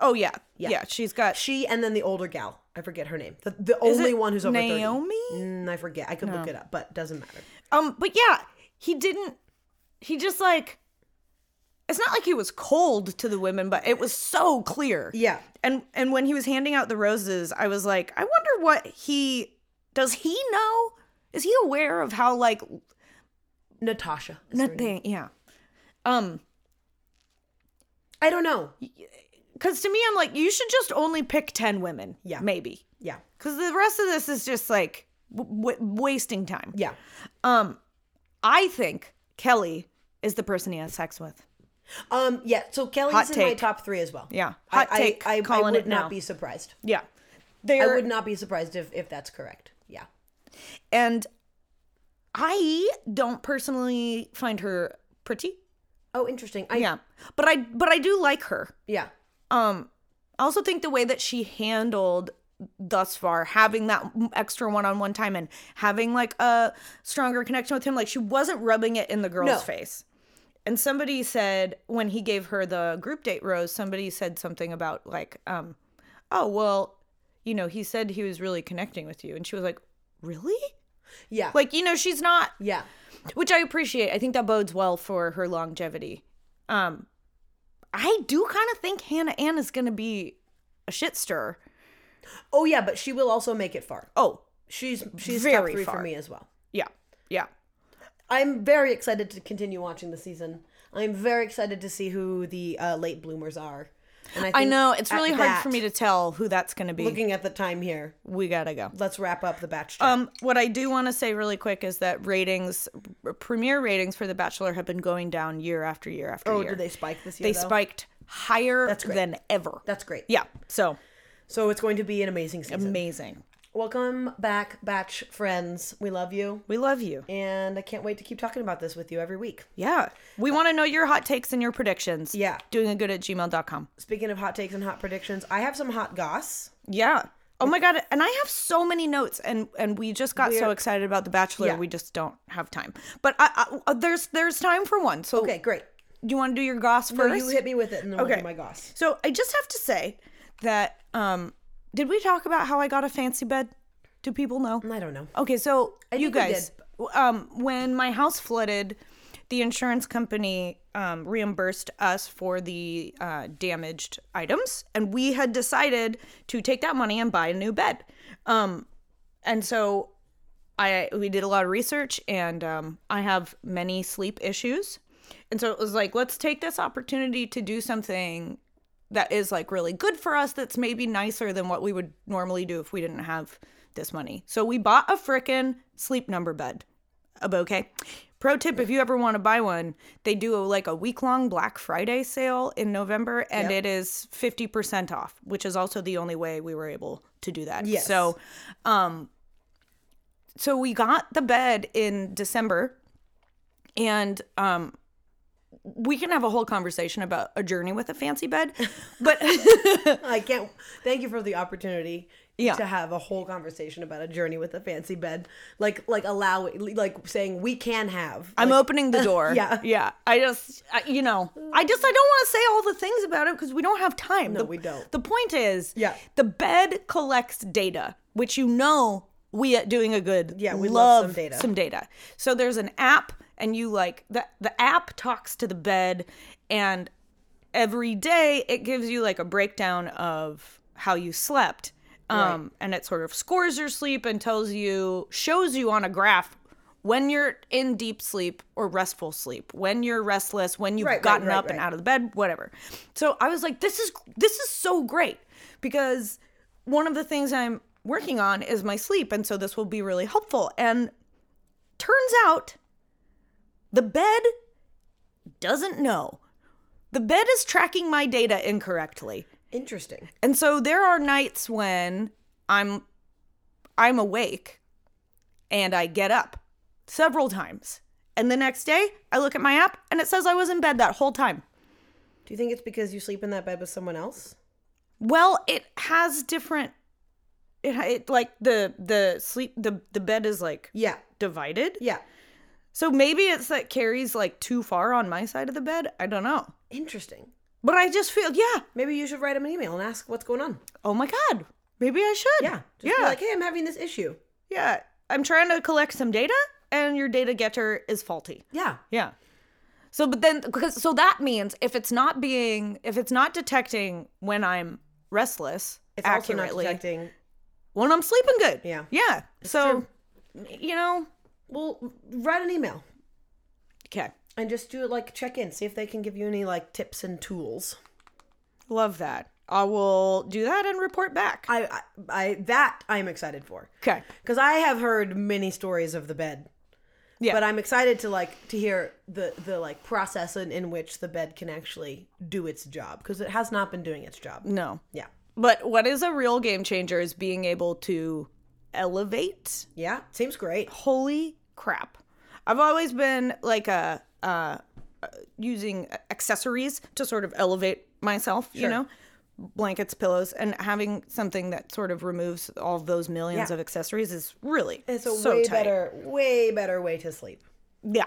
B: oh yeah yeah,
A: Yeah.
B: she's got
A: she and then the older gal i forget her name the, the only
B: it
A: one who's over 30.
B: Naomi?
A: Mm, i forget i could look it up but doesn't matter
B: um but yeah he didn't he just like it's not like he was cold to the women, but it was so clear.
A: Yeah.
B: And and when he was handing out the roses, I was like, I wonder what he does he know? Is he aware of how like
A: Natasha. is her name.
B: nothing yeah. Um
A: I don't know.
B: cuz to me I'm like you should just only pick 10 women.
A: Yeah.
B: Maybe.
A: Yeah.
B: Cuz the rest of this is just like w- w- wasting time.
A: Yeah.
B: I think Kelly is the person he has sex with.
A: Um. Yeah. So Kelly's
B: Hot
A: in my
B: take.
A: top three as well.
B: Yeah.
A: I-
B: Hot
A: I,
B: take,
A: I, I,
B: calling
A: would
B: it now.
A: not be surprised.
B: Yeah. They're,
A: I would not be surprised if if that's correct. Yeah.
B: And I don't personally find her pretty.
A: Oh, interesting. I,
B: Yeah. But I but I do like her.
A: Yeah.
B: Um I also think the way that she handled thus far having that m- extra one-on-one time and having like a stronger connection with him like she wasn't rubbing it in the girl's
A: No.
B: face. And somebody said when he gave her the group date rose, somebody said something about like um oh well, you know, he said he was really connecting with you and she was like, "Really?"
A: Yeah.
B: Like, you know, she's not
A: yeah.
B: which I appreciate. I think that bodes well for her longevity. Um, I do kind of think Hannah Ann is going to be a shit stirrer.
A: Oh, yeah. But she will also make it far.
B: Oh,
A: She's she's top
B: Very
A: three
B: far.
A: for me as well.
B: yeah, yeah.
A: I'm very excited to continue watching the season. I'm very excited to see who the uh, late bloomers are. And
B: I
A: think
B: know it's
A: at
B: really hard
A: that,
B: for me to tell who that's going to be.
A: looking at the time here.
B: we gotta go.
A: Let's wrap up the batch. chat.
B: Um, what I do want to say really quick is that ratings, r- premiere ratings for The Bachelor have been going down year after year after
A: oh,
B: year.
A: did they spike this year?
B: They
A: though?
B: spiked higher
A: great.
B: than ever.
A: That's great.
B: yeah. So
A: So it's going to be an amazing season.
B: amazing.
A: Welcome back, batch friends. We love you,
B: We love you.
A: and I can't wait to keep talking about this with you every week.
B: Yeah. We want to know your hot takes and your predictions.
A: Yeah.
B: Doing a good at gmail.com.
A: Speaking of hot takes and hot predictions, I have some hot goss.
B: Yeah. Oh my god, and I have so many notes, and and we just got so
A: We're-
B: excited about The Bachelor,
A: Yeah.
B: we just don't have time. But I, I, uh, there's there's time for one. So
A: Okay, great.
B: do you want to do your goss first?
A: So you hit me with it, and then we'll
B: Okay.
A: do my goss.
B: So I just have to say that um, did we talk about how I got a fancy bed? Do people know?
A: I don't know.
B: Okay, so you
A: think we
B: guys, um, when my house flooded, the insurance company um, reimbursed us for the uh, damaged items, and we had decided to take that money and buy a new bed. Um, and so I we did a lot of research, and um, I have many sleep issues, and so it was like, let's take this opportunity to do something that is like really good for us that's maybe nicer than what we would normally do if we didn't have this money. So we bought a frickin' sleep number bed. A bouquet. Pro tip if you ever want to buy one, they do a, like a week long Black Friday sale in November and it is 50% off, which is also the only way we were able to do that.
A: Yes.
B: So um so we got the bed in December and um we can have a whole conversation about a journey with a fancy bed, but
A: I can't. Thank you for the opportunity.
B: Yeah.
A: To have a whole conversation about a journey with a fancy bed, like like allow like saying we can have.
B: I'm opening the door.
A: Yeah.
B: yeah. I just, I, you know, I just I don't want to say all the things about it because we don't have time. No,
A: we don't.
B: The point is,
A: Yeah.
B: the bed collects data, which you know we at doing a good
A: Yeah, we love some data.
B: Some data. So there's an app, and you like the the app talks to the bed, and every day it gives you like a breakdown of how you slept. Um, and it sort of scores your sleep and tells you, shows you on a graph when you're in deep sleep or restful sleep, when you're restless, when you've
A: Right, right,
B: gotten
A: right,
B: up and
A: right.
B: out of the bed, whatever. So I was like, this is this is so great because one of the things I'm working on is my sleep, and so this will be really helpful. And turns out the bed doesn't know. The bed is tracking my data incorrectly.
A: Interesting.
B: And so there are nights when I'm I'm awake and I get up several times. And the next day, I look at my app and it says I was in bed that whole time.
A: Do you think it's because you sleep in that bed with someone else?
B: Well, it has different it, ha- it like the the sleep the the bed is like
A: Yeah.
B: divided.
A: Yeah.
B: So maybe it's that Carrie's like too far on my side of the bed. I don't know.
A: Interesting.
B: But I just feel yeah.
A: Maybe you should write him an email and ask what's going on.
B: Oh my god. Maybe I should.
A: Yeah. Just be like, hey, I'm having this issue.
B: Yeah, I'm trying to collect some data, and your data getter is faulty.
A: Yeah.
B: Yeah. So, but then because so that means if it's not being if it's not detecting when I'm restless
A: It's also not
B: accurately,
A: detecting.
B: when I'm sleeping good.
A: Yeah.
B: Yeah. So, you know,
A: Well, write an email
B: okay.
A: and just do like check in, see if they can give you any like tips and tools.
B: Love that. I will do that and report back.
A: I, I, I that I'm excited for
B: Okay.
A: because I have heard many stories of the bed.
B: Yeah.
A: But I'm excited to like to hear the the like process in, in which the bed can actually do its job because it has not been doing its job.
B: No.
A: Yeah.
B: But what is a real game changer is being able to elevate.
A: Yeah. Seems great.
B: Holy crap. I've always been like a uh, using accessories to sort of elevate myself, you
A: Sure.
B: know, blankets, pillows, and having something that sort of removes all of those millions
A: Yeah.
B: of accessories is really
A: It's a
B: so
A: way
B: tight.
A: better, way better way to sleep.
B: Yeah.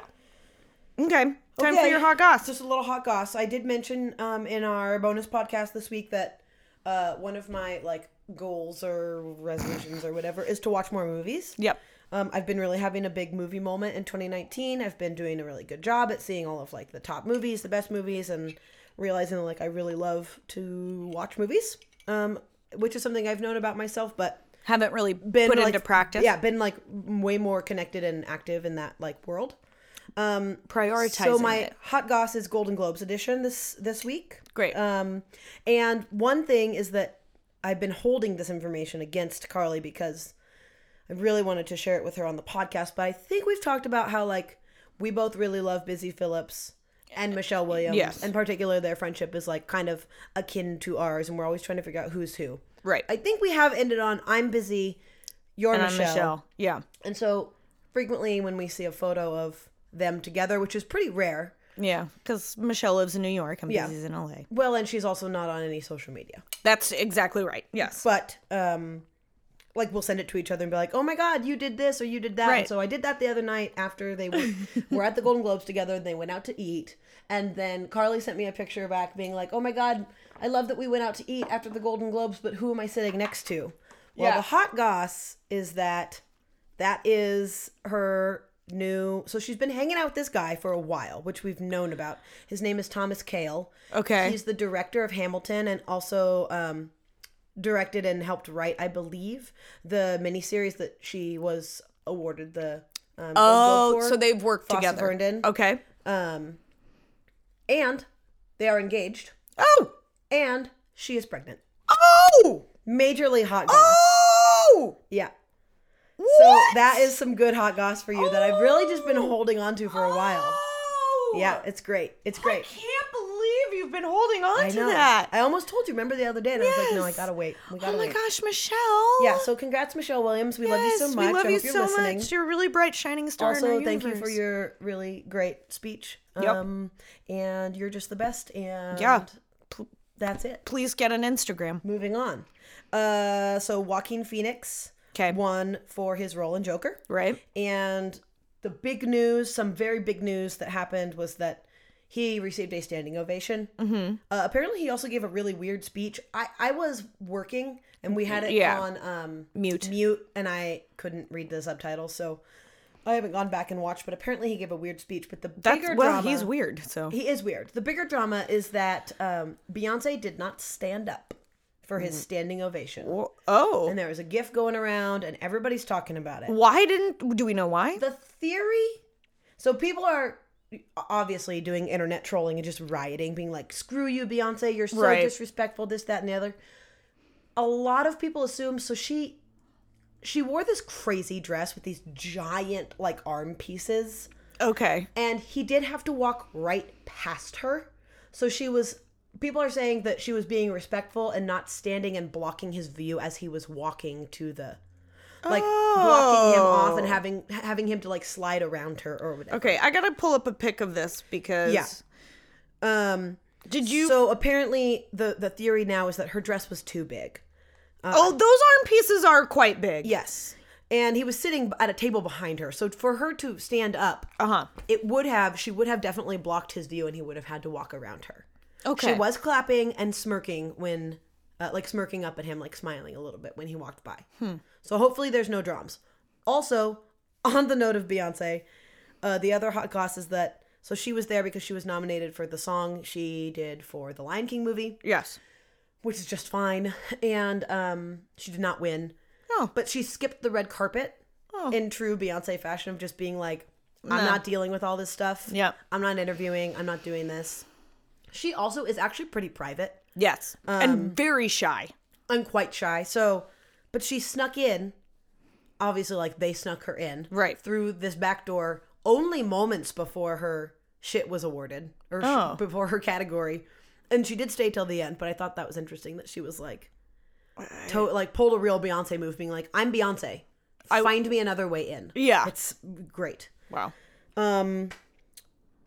B: Okay. Time for
A: Okay.
B: your hot goss.
A: Just a little hot goss. I did mention um, in our bonus podcast this week that uh, one of my like goals or resolutions or whatever is to watch more movies.
B: Yep.
A: Um, I've been really having a big movie moment in 2019. I've been doing a really good job at seeing all of like the top movies, the best movies, and realizing like I really love to watch movies, um, which is something I've known about myself, but
B: Haven't really been
A: been
B: put
A: like,
B: into practice.
A: Yeah, been like way more connected and active in that like world.
B: Prioritizing
A: So my
B: it.
A: hot goss is Golden Globes edition this this week.
B: Great.
A: Um, and one thing is that I've been holding this information against Carly because I really wanted to share it with her on the podcast, but I think we've talked about how like we both really love Busy Phillips and Michelle Williams.
B: Yes.
A: In particular, their friendship is like kind of akin to ours, and we're always trying to figure out who's who.
B: right.
A: I think we have ended on I'm busy, you're
B: and I'm
A: Michelle.
B: Michelle. Yeah.
A: And so frequently when we see a photo of them together, which is pretty rare,
B: Yeah. Because Michelle lives in New York and
A: Yeah.
B: Busy's in LA.
A: well, and she's also not on any social media.
B: That's exactly right. Yes.
A: But um like we'll send it to each other and be like, "Oh my god, you did this or you did that."
B: Right.
A: And so I did that the other night after they were, were at the Golden Globes together and they went out to eat. And then Carly sent me a picture back being like, "Oh my god, I love that we went out to eat after the Golden Globes, but who am I sitting next to?" Well,
B: Yeah.
A: the hot goss is that that is her new so she's been hanging out with this guy for a while which we've known about his name is thomas kale
B: Okay.
A: he's the director of hamilton and also um, directed and helped write i believe the miniseries that she was awarded the um, Golden Globe
B: oh,
A: for,
B: so they've worked
A: Foster
B: together.
A: Vernon.
B: Okay.
A: and they are engaged
B: Oh.
A: and she is pregnant
B: Oh.
A: majorly hot goss
B: Oh.
A: yeah
B: What?
A: so that is some good hot goss for you that i've really just been holding on to for a while
B: Oh.
A: yeah it's great it's
B: I
A: great
B: can't believe you've been holding on
A: I
B: to
A: know.
B: that.
A: I almost told you. Remember the other day, and I was like, "No, I
B: Yes.
A: gotta wait. We
B: oh
A: gotta
B: my
A: wait."
B: gosh, Michelle.
A: Yeah. So, congrats, Michelle Williams. We love you
B: yes,
A: so much.
B: We love
A: I
B: you
A: hope you're
B: so
A: listening.
B: much. You're a really bright shining star. in
A: Also,
B: our
A: thank you for
B: universe.
A: your really great speech.
B: Yep.
A: Um, and you're just the best. And
B: Yeah.
A: pl- that's it.
B: Please get an Instagram.
A: Moving on. Uh, so Joaquin Phoenix
B: 'Kay.
A: won for his role in Joker.
B: Right.
A: And the big news, some very big news that happened was that he received a standing ovation. Mm-hmm. Uh, apparently, he also gave a really weird speech. I, I was working and we had it
B: Yeah.
A: on um,
B: Mute.
A: mute, and I couldn't read the subtitles, so I haven't gone back and watched. But apparently, he gave a weird speech. But the
B: That's
A: bigger
B: well,
A: drama,
B: he's weird. So
A: he is weird. The bigger drama is that um, Beyonce did not stand up for
B: Mm-hmm.
A: his standing ovation.
B: oh,
A: And there was a gif going around, and everybody's talking about it.
B: why didn't? Do we know why?
A: The theory. So people are obviously doing internet trolling and just rioting, being like, "Screw you, Beyonce! You're so
B: Right.
A: disrespectful." This, that, and the other. A lot of people assume. So she, she wore this crazy dress with these giant like arm pieces,
B: Okay.
A: and he did have to walk right past her. So she was. People are saying that she was being respectful and not standing and blocking his view as he was walking to the. Like blocking him off and having having him to like slide around her or whatever.
B: Okay, I gotta pull up a pic of this because
A: Yeah. Um,
B: Did you?
A: so apparently the the theory now is that her dress was too big.
B: oh, those arm pieces are quite big.
A: Yes. And he was sitting at a table behind her. So for her to stand up,
B: Uh huh.
A: it would have she would have definitely blocked his view and he would have had to walk around her.
B: Okay.
A: She was clapping and smirking when uh, like smirking up at him, like smiling a little bit when he walked by. So hopefully there's no drums. Also, on the note of Beyonce, uh, the other hot goss is that So she was there because she was nominated for the song she did for the Lion King movie,
B: Yes.
A: which is just fine. And um, she did not win,
B: Oh.
A: but she skipped the red carpet
B: Oh.
A: in true Beyonce fashion of just being like, I'm
B: No.
A: not dealing with all this stuff.
B: Yep.
A: I'm not interviewing. I'm not doing this. She also is actually pretty private.
B: Yes.
A: Um,
B: and very shy.
A: I'm quite shy. So, but she snuck in. Obviously, like they snuck her in
B: Right.
A: through this back door only moments before her shit was awarded or sh-
B: Oh.
A: before her category, and she did stay till the end. But I thought that was interesting that she was like, to- like pulled a real Beyonce move, being like, "I'm Beyonce. Find me another way in."
B: Yeah.
A: it's great.
B: Wow.
A: Um,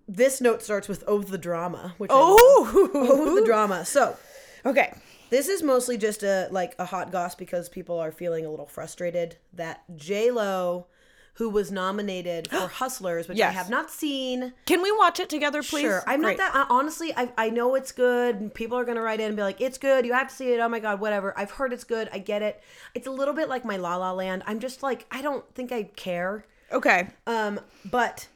A: this note starts with "Oh the drama," which oh,
B: Oh.
A: oh the drama. So
B: okay.
A: this is mostly just a like a hot goss because people are feeling a little frustrated that J Lo, who was nominated for Hustlers, which I
B: Yes.
A: have not seen.
B: Can we watch it together, please?
A: Sure, I'm
B: Great.
A: not that I, honestly. I I know it's good. and People are gonna write in and be like, "It's good. You have to see it." Oh my god, whatever. I've heard it's good. I get it. It's a little bit like my La La Land. I'm just like I don't think I care.
B: Okay.
A: Um, but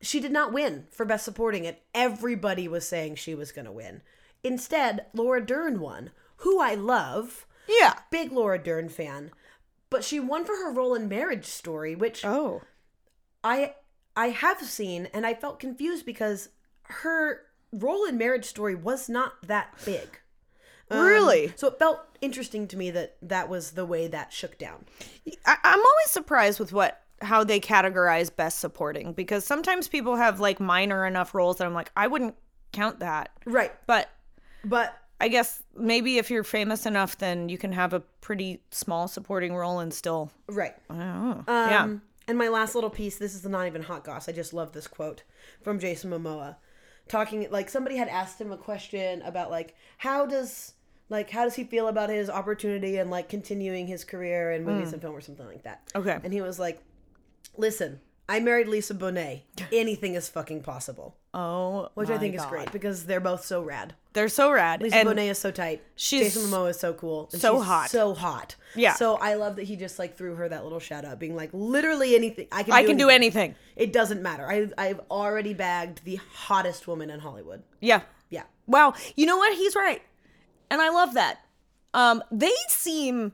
A: she did not win for best supporting, and everybody was saying she was going to win. Instead, Laura Dern won, who I love,
B: Yeah.
A: big Laura Dern fan, but she won for her role in Marriage Story, which
B: Oh.
A: I I have seen, and I felt confused because her role in Marriage Story was not that big. Um,
B: Really?
A: So it felt interesting to me that that was the way that shook down.
B: I- I'm always surprised with what how they categorize best supporting because sometimes people have like minor enough roles that I'm like I wouldn't count that.
A: Right.
B: But
A: But
B: I guess maybe if you're famous enough, then you can have a pretty small supporting role and still.
A: right.
B: Oh, yeah.
A: Um, And my last little piece, this is not even hot goss. I just love this quote from Jason Momoa, talking like somebody had asked him a question about like how does like how does he feel about his opportunity and like continuing his career in movies and film or something like that.
B: Hmm. Okay.
A: And he was like, "Listen, I married Lisa Bonet. Anything is fucking possible,"
B: Oh,
A: which I think is great because they're both so rad.
B: They're so rad.
A: Lisa
B: and
A: Bonet is so tight.
B: she's
A: Jason Momoa is so cool. and
B: so
A: she's
B: hot.
A: So hot.
B: Yeah.
A: So I love that he just like threw her that little shout out, being like, literally anything. I can.
B: I
A: do
B: can
A: anything.
B: do anything.
A: It doesn't matter. I I've already bagged the hottest woman in Hollywood.
B: Yeah.
A: Yeah.
B: Wow. You know what? He's right. And I love that. Um, they seem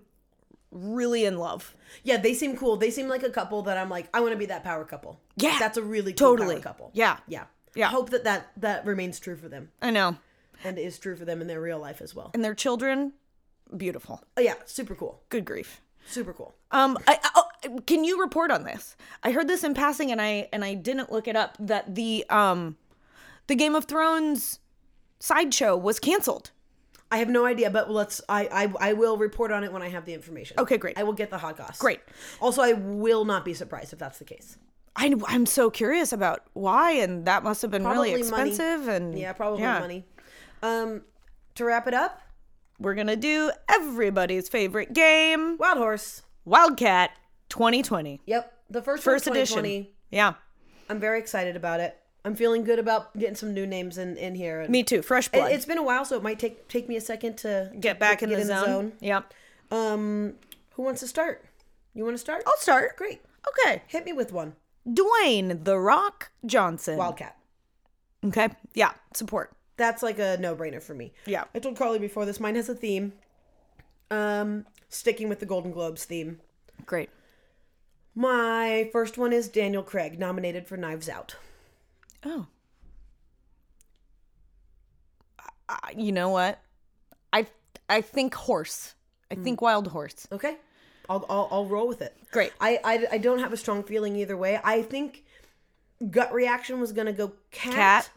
B: really in love.
A: Yeah. They seem cool. They seem like a couple that I'm like, I want to be that power couple.
B: Yeah.
A: That's a really cool
B: Totally.
A: power couple.
B: Yeah.
A: Yeah.
B: Yeah.
A: I hope that that that remains true for them
B: I know.
A: and is true for them in their real life as well.
B: And their children, beautiful.
A: Oh, yeah. Super cool.
B: Good grief.
A: Super cool.
B: Um, I, I- oh, can you report on this? I heard this in passing, and I and I didn't look it up. That the um, the Game of Thrones sideshow was canceled.
A: I have no idea, but let's. I, I I will report on it when I have the information.
B: Okay, great.
A: I will get the hot goss.
B: Great.
A: Also, I will not be surprised if that's the case.
B: I, I'm so curious about why, and that must have been really
A: Probably money.
B: expensive. And
A: Yeah, probably money. Um, to wrap it up,
B: We're gonna do everybody's favorite game,
A: Wild Horse.
B: Wildcat 2020,
A: Yep, the first
B: first
A: one,
B: edition.
A: 2020.
B: Yeah,
A: I'm very excited about it. I'm feeling good about getting some new names in in here. And
B: me too. Fresh
A: It,
B: blood.
A: has been a while, so it might take take me a second to
B: get back
A: to
B: in, the, zone. Yeah,
A: Um, who wants to start? You want to start?
B: I'll start.
A: Great.
B: Okay,
A: Hit me with one.
B: Dwayne the Rock Johnson.
A: Wildcat.
B: Okay, yeah, support.
A: That's like a no brainer for me.
B: Yeah.
A: I told Carly before this. Mine has a theme. Um, sticking with the Golden Globes theme.
B: Great.
A: My first one is Daniel Craig, nominated for Knives Out.
B: Oh. I, I- you know what? I I think horse. I think wild horse.
A: Okay, I'll I'll, I'll roll with it.
B: Great.
A: I, I I don't have a strong feeling either way. I think gut reaction was gonna go cat,
B: Cat.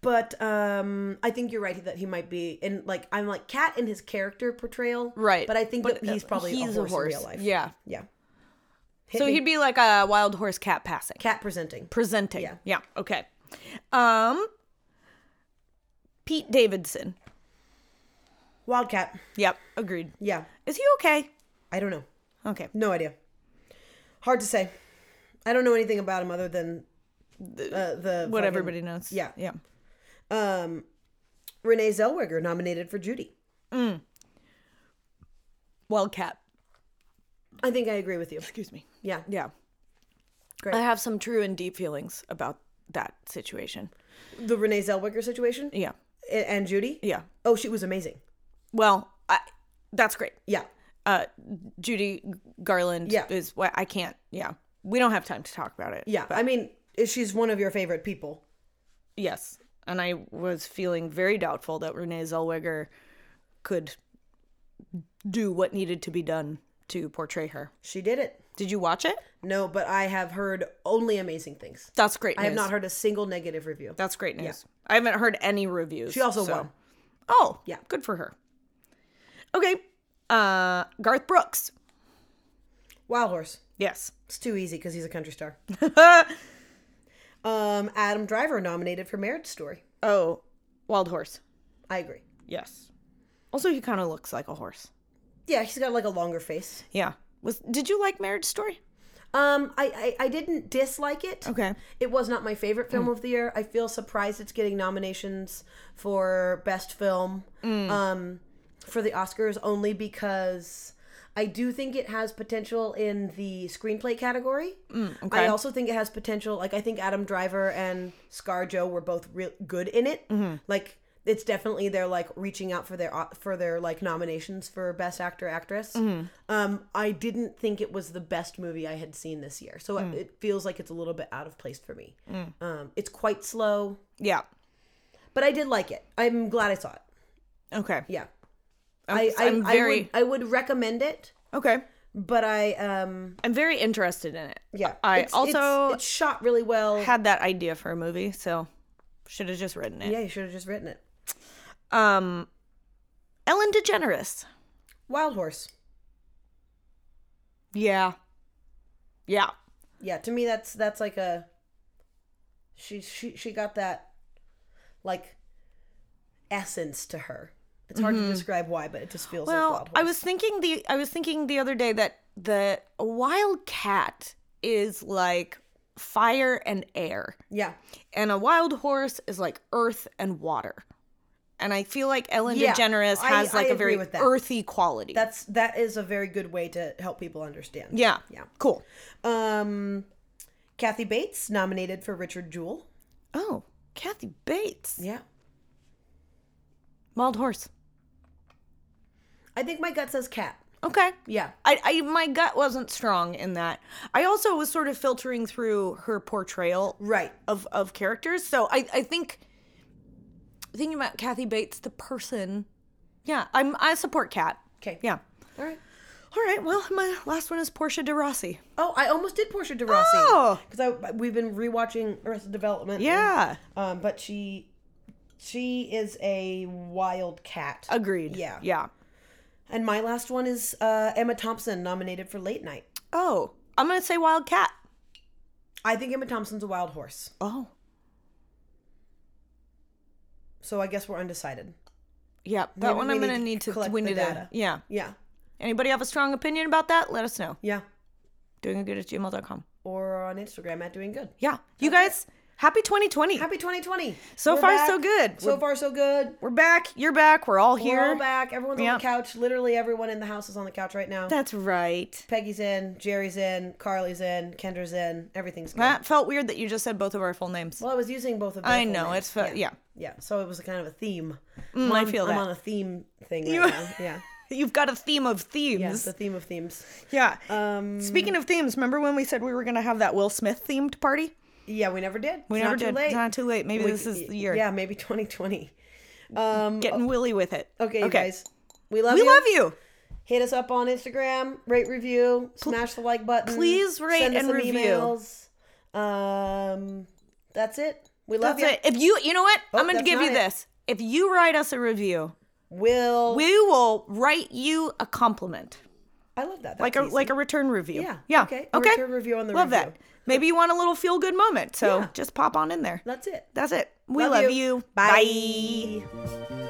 A: but um, I think you're right that he might be in like I'm like cat in his character portrayal,
B: Right.
A: But I think
B: But,
A: that he's
B: uh,
A: probably
B: he's
A: a,
B: a
A: horse in real
B: horse.
A: life.
B: Yeah.
A: yeah.
B: So he'd be like a wild horse cat passing.
A: Cat presenting.
B: Presenting.
A: Yeah.
B: yeah. Okay. Um Pete Davidson.
A: Wildcat.
B: Yep. Agreed.
A: Yeah,
B: Is he okay?
A: I don't know.
B: Okay.
A: No idea. Hard to say. I don't know anything about him other than uh, the
B: What
A: fucking-
B: everybody knows.
A: yeah.
B: Yeah.
A: Um, Renee Zellweger nominated for Judy.
B: Wild cat.
A: I think I agree with you.
B: Excuse me.
A: Yeah,
B: Yeah.
A: Great.
B: I have some true and deep feelings about that situation.
A: The Renee Zellweger situation
B: Yeah.
A: A- and Judy.
B: Yeah.
A: Oh, she was amazing.
B: Well, I, that's great.
A: Yeah.
B: Uh, Judy Garland
A: Yeah.
B: is what I can't. Yeah. We don't have time to talk about it.
A: Yeah. I mean, she's one of your favorite people.
B: Yes. And I was feeling very doubtful that Renee Zellweger could do what needed to be done to portray her.
A: She did it.
B: Did you watch it?
A: No, but I have heard only amazing things.
B: That's great news.
A: I have not heard a single negative review.
B: That's great news. I haven't heard any reviews.
A: She also
B: so-
A: won.
B: Oh,
A: Yeah.
B: Good for her. Okay. Uh Garth Brooks.
A: Wild Horse.
B: Yes.
A: It's too easy because he's a country star. um, Adam Driver nominated for Marriage Story.
B: Oh, Wild Horse.
A: I agree.
B: Yes. Also, he kind of looks like a horse.
A: Yeah, he's got like a longer face.
B: Yeah. Was did you like Marriage Story?
A: Um, I I, I didn't dislike it.
B: Okay.
A: It was not my favorite film of the year. I feel surprised it's getting nominations for best film um, for the Oscars only because I do think it has potential in the screenplay category.
B: Mm, okay.
A: I also think it has potential. Like I think Adam Driver and ScarJo were both real good in it.
B: Mm-hmm.
A: Like it's definitely they're like reaching out for their o- for their like nominations for best actor actress.
B: Mm-hmm.
A: Um, I didn't think it was the best movie I had seen this year, so
B: Mm.
A: it- it feels like it's a little bit out of place for me. Um, it's quite slow,
B: Yeah.
A: but I did like it. I'm glad I saw it.
B: Okay.
A: Yeah,
B: I'm,
A: I,
B: am
A: I,
B: very
A: I would, I would recommend it,
B: okay.
A: but I um
B: I'm very interested in it.
A: yeah.
B: I
A: It's- it's-
B: also
A: it's shot really well.
B: had that idea for a movie, so should have just written it.
A: yeah, you should have just written it.
B: Um, Ellen DeGeneres.
A: Wild Horse.
B: Yeah. Yeah.
A: yeah to me that's that's like a she she she got that like essence to her it's hard to describe why but it just feels like
B: Mm-hmm. Well,
A: wild
B: I
A: horse.
B: was thinking the I was thinking the other day that the wild cat is like fire and air,
A: yeah
B: and a wild horse is like earth and water. And I feel like Ellen
A: Yeah,
B: DeGeneres
A: I-
B: has
A: I
B: like a
A: agree
B: very
A: with that.
B: earthy quality.
A: that's that is a very good way to help people understand
B: yeah.
A: Yeah.
B: Cool.
A: um kathy bates nominated for richard jewell
B: Oh, Kathy Bates.
A: yeah
B: Wild horse.
A: i think my gut says cat
B: Okay.
A: yeah
B: I, I my gut wasn't strong in that. I also was sort of filtering through her portrayal
A: right
B: of of characters. So I I think thinking about Kathy Bates the person. Yeah, I'm I support Kat.
A: okay
B: Yeah.
A: all right
B: All right. Well, my last one is Portia de Rossi.
A: oh i almost did portia de rossi
B: Oh.
A: because i we've been rewatching arrested development and-
B: Yeah.
A: Um, but she she is a wild cat.
B: Agreed.
A: Yeah.
B: Yeah.
A: And my last one is uh, Emma Thompson nominated for Late Night.
B: Oh, I'm gonna say Wild Cat.
A: I think Emma Thompson's a wild horse,
B: Oh.
A: so I guess we're undecided.
B: Yeah. That
A: Maybe
B: one
A: we
B: I'm gonna
A: need to
B: need to
A: collect
B: we
A: the
B: need
A: data.
B: to yeah.
A: Yeah,
B: Anybody have a strong opinion about that? Let us know.
A: yeah.
B: Doing good at gmail.com.
A: Or on Instagram at Doing Good.
B: Yeah. You guys, happy 2020.
A: Happy 2020.
B: So
A: We're
B: far,
A: back.
B: so good.
A: So far, so good.
B: We're back. You're back. We're all here.
A: We're all back. Everyone's on
B: Yeah.
A: the couch. Literally everyone in the house is on the couch right now.
B: That's right.
A: Peggy's in. Jerry's in. Carly's in. Kendra's in. Everything's good.
B: That felt weird that you just said both of our full names.
A: Well, I was using both of. their
B: I
A: full
B: know.
A: names.
B: It's fe- yeah.
A: Yeah, so it was kind of a theme.
B: Mm, I feel
A: I'm
B: that.
A: on a theme thing right now. Yeah.
B: You've got a theme of
A: Yeah,
B: themes.
A: the theme of themes.
B: Yeah.
A: Um,
B: Speaking of themes, remember when we said we were going to have that Will Smith themed party?
A: yeah, we never did.
B: We
A: It's
B: never
A: not
B: did.
A: Too late.
B: It's not too late. Maybe
A: We-
B: this is the year.
A: Yeah, maybe 2020. Um,
B: Getting willy with it.
A: okay, you guys. We love
B: We
A: you.
B: love you.
A: Hit us up on Instagram. Rate, review, smash the like button.
B: please rate
A: send us
B: and
A: some
B: review.
A: Emails. Um, that's it. We love
B: That's
A: you.
B: it. If you, you know what? I'm going to
A: Oh, that's
B: give you
A: not it. Oh.
B: this. If you write us a review,
A: Will
B: we will write you a compliment,
A: I love that? That's
B: like a
A: easy.
B: like a return review.
A: Yeah,
B: Yeah.
A: okay.
B: Okay.
A: A return review on the
B: Love
A: review.
B: that. Maybe you want a little feel good moment, so
A: Yeah.
B: just pop on in there.
A: that's it.
B: That's it. We
A: Love you.
B: love, you.
A: Bye.